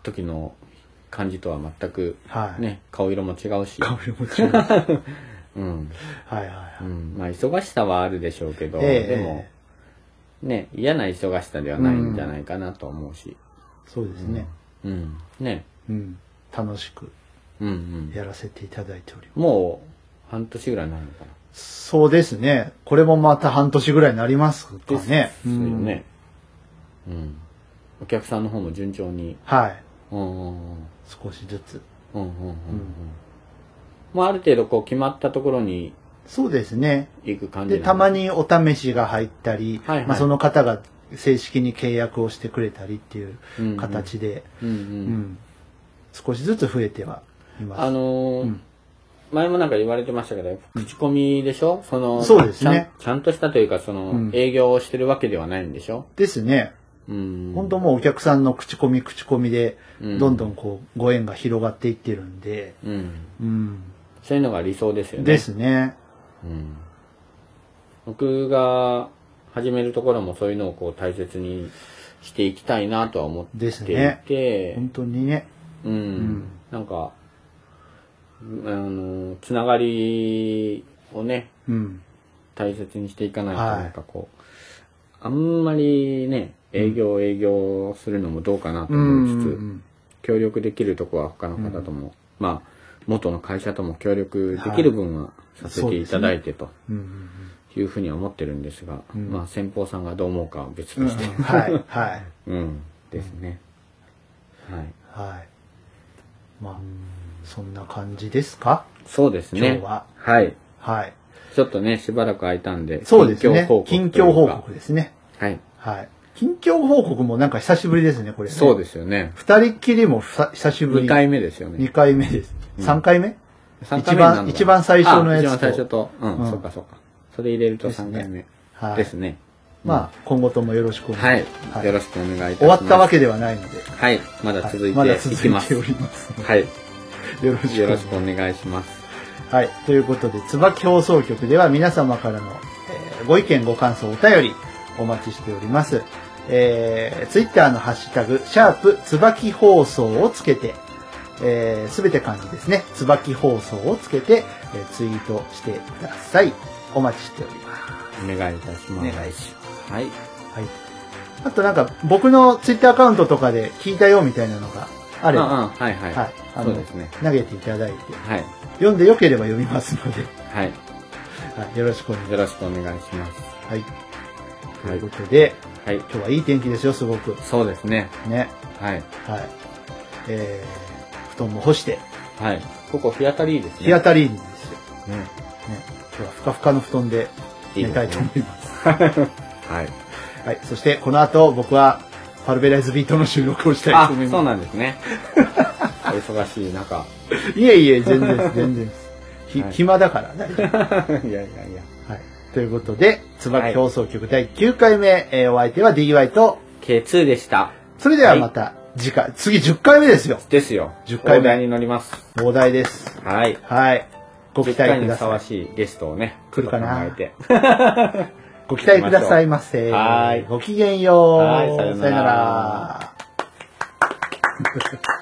[SPEAKER 2] 時の感じとは全く、
[SPEAKER 1] はい。
[SPEAKER 2] ね、顔色も違うし、
[SPEAKER 1] 香りも 違う。はい
[SPEAKER 2] うん。
[SPEAKER 1] はいは
[SPEAKER 2] う
[SPEAKER 1] い。
[SPEAKER 2] ん、まあ、忙しさはあるでしょうけど、
[SPEAKER 1] ええ
[SPEAKER 2] でも、ね、嫌な忙しさではないんじゃないかなと思うし、
[SPEAKER 1] そうですね。
[SPEAKER 2] うん。ね、
[SPEAKER 1] うん。楽しく
[SPEAKER 2] うんうん。
[SPEAKER 1] やらせていただいております。
[SPEAKER 2] もう、半年ぐらいになるのかな。
[SPEAKER 1] そうですね。これもまた半年ぐらいになりますかね。
[SPEAKER 2] ですよね。うん。お客さんの方も順調に。
[SPEAKER 1] うん。はい。
[SPEAKER 2] うんうんうん。
[SPEAKER 1] 少しずつ。
[SPEAKER 2] うんうんうんうん。まあ、ある程度こう決まったところに
[SPEAKER 1] そうですね。
[SPEAKER 2] 行く感じ
[SPEAKER 1] で、たま
[SPEAKER 2] に。
[SPEAKER 1] にお試しが入ったり、
[SPEAKER 2] はいはい
[SPEAKER 1] まあ、その方が正式に契約をしてくれたりっていう
[SPEAKER 2] うんうん
[SPEAKER 1] 形で、
[SPEAKER 2] うんう
[SPEAKER 1] うん
[SPEAKER 2] ん。
[SPEAKER 1] 少しずつ増えてはいます。
[SPEAKER 2] あのー
[SPEAKER 1] うん
[SPEAKER 2] 前もなんか言われてましたけど、口コミでしょその、
[SPEAKER 1] そうですね
[SPEAKER 2] ちゃん。ちゃんとしたというか、その、
[SPEAKER 1] うん
[SPEAKER 2] 営業をしてるわけではないんでしょ
[SPEAKER 1] ですね。
[SPEAKER 2] うん。
[SPEAKER 1] 本当もうお客さんの口コミ口コミで、
[SPEAKER 2] うん
[SPEAKER 1] どんどんこう、ご縁が広がっていってるんで、
[SPEAKER 2] うん。
[SPEAKER 1] うん。
[SPEAKER 2] そういうのが理想ですよね。
[SPEAKER 1] ですね。
[SPEAKER 2] うん僕が始めるところもそういうのをこう大切にしていきたいなとは思ってい
[SPEAKER 1] ですね
[SPEAKER 2] て、
[SPEAKER 1] 本当にね。
[SPEAKER 2] うん、
[SPEAKER 1] ん
[SPEAKER 2] なんか、うんあの、つながりをね、
[SPEAKER 1] うん。
[SPEAKER 2] 大切にしていかないと、
[SPEAKER 1] はい
[SPEAKER 2] なんかこう、あんまりね、営業営業するのもどうかなと
[SPEAKER 1] うん
[SPEAKER 2] 思いつつ、
[SPEAKER 1] うん
[SPEAKER 2] 協力できるとこは他の方とも、まあ、元の会社とも協力できる分はさせていただいてと。
[SPEAKER 1] うんうん
[SPEAKER 2] いうふうには思ってるんですが、
[SPEAKER 1] うん
[SPEAKER 2] まあ先方さんがどう思うかは別
[SPEAKER 1] うん。
[SPEAKER 2] として、
[SPEAKER 1] はい、はい。
[SPEAKER 2] うん、ですね。はい。
[SPEAKER 1] はい。まあ、そんな感じですか
[SPEAKER 2] そうです
[SPEAKER 1] 今
[SPEAKER 2] ね。
[SPEAKER 1] 日は。
[SPEAKER 2] い。
[SPEAKER 1] はい。
[SPEAKER 2] ちょっとね、しばらく空いたんで、
[SPEAKER 1] そうですね。近
[SPEAKER 2] 近
[SPEAKER 1] 況
[SPEAKER 2] 況
[SPEAKER 1] 報
[SPEAKER 2] 報告というか。
[SPEAKER 1] 告ですね。
[SPEAKER 2] はい。
[SPEAKER 1] はい。近況報告もなんか久しぶりですね、これ、ね。。
[SPEAKER 2] そうですすよね。
[SPEAKER 1] 二人っきりもふさ久しぶり。
[SPEAKER 2] 2回目ですよ
[SPEAKER 1] 二
[SPEAKER 2] ね。
[SPEAKER 1] 回目です。三回目
[SPEAKER 2] 三回目になるのかな
[SPEAKER 1] 一番一番最初のやつと
[SPEAKER 2] あ一番最初と。うん、
[SPEAKER 1] うん
[SPEAKER 2] そうかそうか。それ入れると
[SPEAKER 1] ですね
[SPEAKER 2] 3回目
[SPEAKER 1] はい。
[SPEAKER 2] ですね。
[SPEAKER 1] まあ、今後ともよろしくお
[SPEAKER 2] は
[SPEAKER 1] 願い
[SPEAKER 2] い
[SPEAKER 1] し。
[SPEAKER 2] よろしくお願いいたし
[SPEAKER 1] 終
[SPEAKER 2] ま
[SPEAKER 1] わ
[SPEAKER 2] す。
[SPEAKER 1] ったわけではないので。
[SPEAKER 2] はい。まだ
[SPEAKER 1] はい
[SPEAKER 2] 続い
[SPEAKER 1] まだ
[SPEAKER 2] てい
[SPEAKER 1] 続
[SPEAKER 2] き
[SPEAKER 1] い
[SPEAKER 2] ま
[SPEAKER 1] て
[SPEAKER 2] す。
[SPEAKER 1] おります。
[SPEAKER 2] はい。
[SPEAKER 1] よろしく。
[SPEAKER 2] よろしくお願いします。
[SPEAKER 1] はい。ということで、椿放送局では皆様からの、えーご意見、ご感想、お便りお待ちしております。えー、ツイッターのハッシュタグ、シャープ椿放送をつけて、えー、すべて漢字ですね。椿放送をつけて、えーツイートしてください。お待ちしております。
[SPEAKER 2] お願いいたします。
[SPEAKER 1] お願いし
[SPEAKER 2] ます。はい。
[SPEAKER 1] はい。あとなんか、僕のツイッターアカウントとかで聞いたよみたいなのがあれ
[SPEAKER 2] うん
[SPEAKER 1] ば、
[SPEAKER 2] うん、はいはい。
[SPEAKER 1] はい。あ
[SPEAKER 2] そう
[SPEAKER 1] の、
[SPEAKER 2] ですね。
[SPEAKER 1] 投げていただいて、
[SPEAKER 2] はい。
[SPEAKER 1] 読んで良ければ読みますので、
[SPEAKER 2] はい。
[SPEAKER 1] はい。よろしくお願いし
[SPEAKER 2] よろしくお願いします。
[SPEAKER 1] ます。はい。と。
[SPEAKER 2] はいいう
[SPEAKER 1] ことで、
[SPEAKER 2] はい。
[SPEAKER 1] 今日はいい天気ですよ、すごく。
[SPEAKER 2] そうですね。
[SPEAKER 1] ね。
[SPEAKER 2] はい。
[SPEAKER 1] はい。えー、布団も干して、
[SPEAKER 2] はい。ここ日当たりいいですね。
[SPEAKER 1] 日当たりいいんですよ。
[SPEAKER 2] たり。ね。
[SPEAKER 1] ね。今日はふかふかの布団で
[SPEAKER 2] いい
[SPEAKER 1] 寝
[SPEAKER 2] ですね
[SPEAKER 1] たいと思います。
[SPEAKER 2] はい。
[SPEAKER 1] はい。そして、この後、僕は、パルベライズビートの収録をしたい
[SPEAKER 2] あ
[SPEAKER 1] と思い、ま
[SPEAKER 2] そうなんで すね。お忙しい中。
[SPEAKER 1] す。いえいえ、全然 です、全然です。ひ、
[SPEAKER 2] はい
[SPEAKER 1] 暇だから、大丈夫。
[SPEAKER 2] いやいやいや。
[SPEAKER 1] はい。ということで、椿放送局第9回目、えーお相手は DY と、
[SPEAKER 2] K2 でした。
[SPEAKER 1] それではまた次回、次10回目ですよ。
[SPEAKER 2] ですよ。
[SPEAKER 1] 10回目
[SPEAKER 2] お題に乗ります。
[SPEAKER 1] 大台です。
[SPEAKER 2] はい。
[SPEAKER 1] はい。ご期
[SPEAKER 2] 10
[SPEAKER 1] 待
[SPEAKER 2] 回
[SPEAKER 1] く
[SPEAKER 2] に
[SPEAKER 1] だ
[SPEAKER 2] ふさ
[SPEAKER 1] さ
[SPEAKER 2] わ
[SPEAKER 1] い。
[SPEAKER 2] しいゲストをね、
[SPEAKER 1] 来るかな
[SPEAKER 2] ちょっと考えて。
[SPEAKER 1] ご期待くださいませ。
[SPEAKER 2] はい
[SPEAKER 1] ごきげんよう。
[SPEAKER 2] はいさようなら
[SPEAKER 1] さようなら。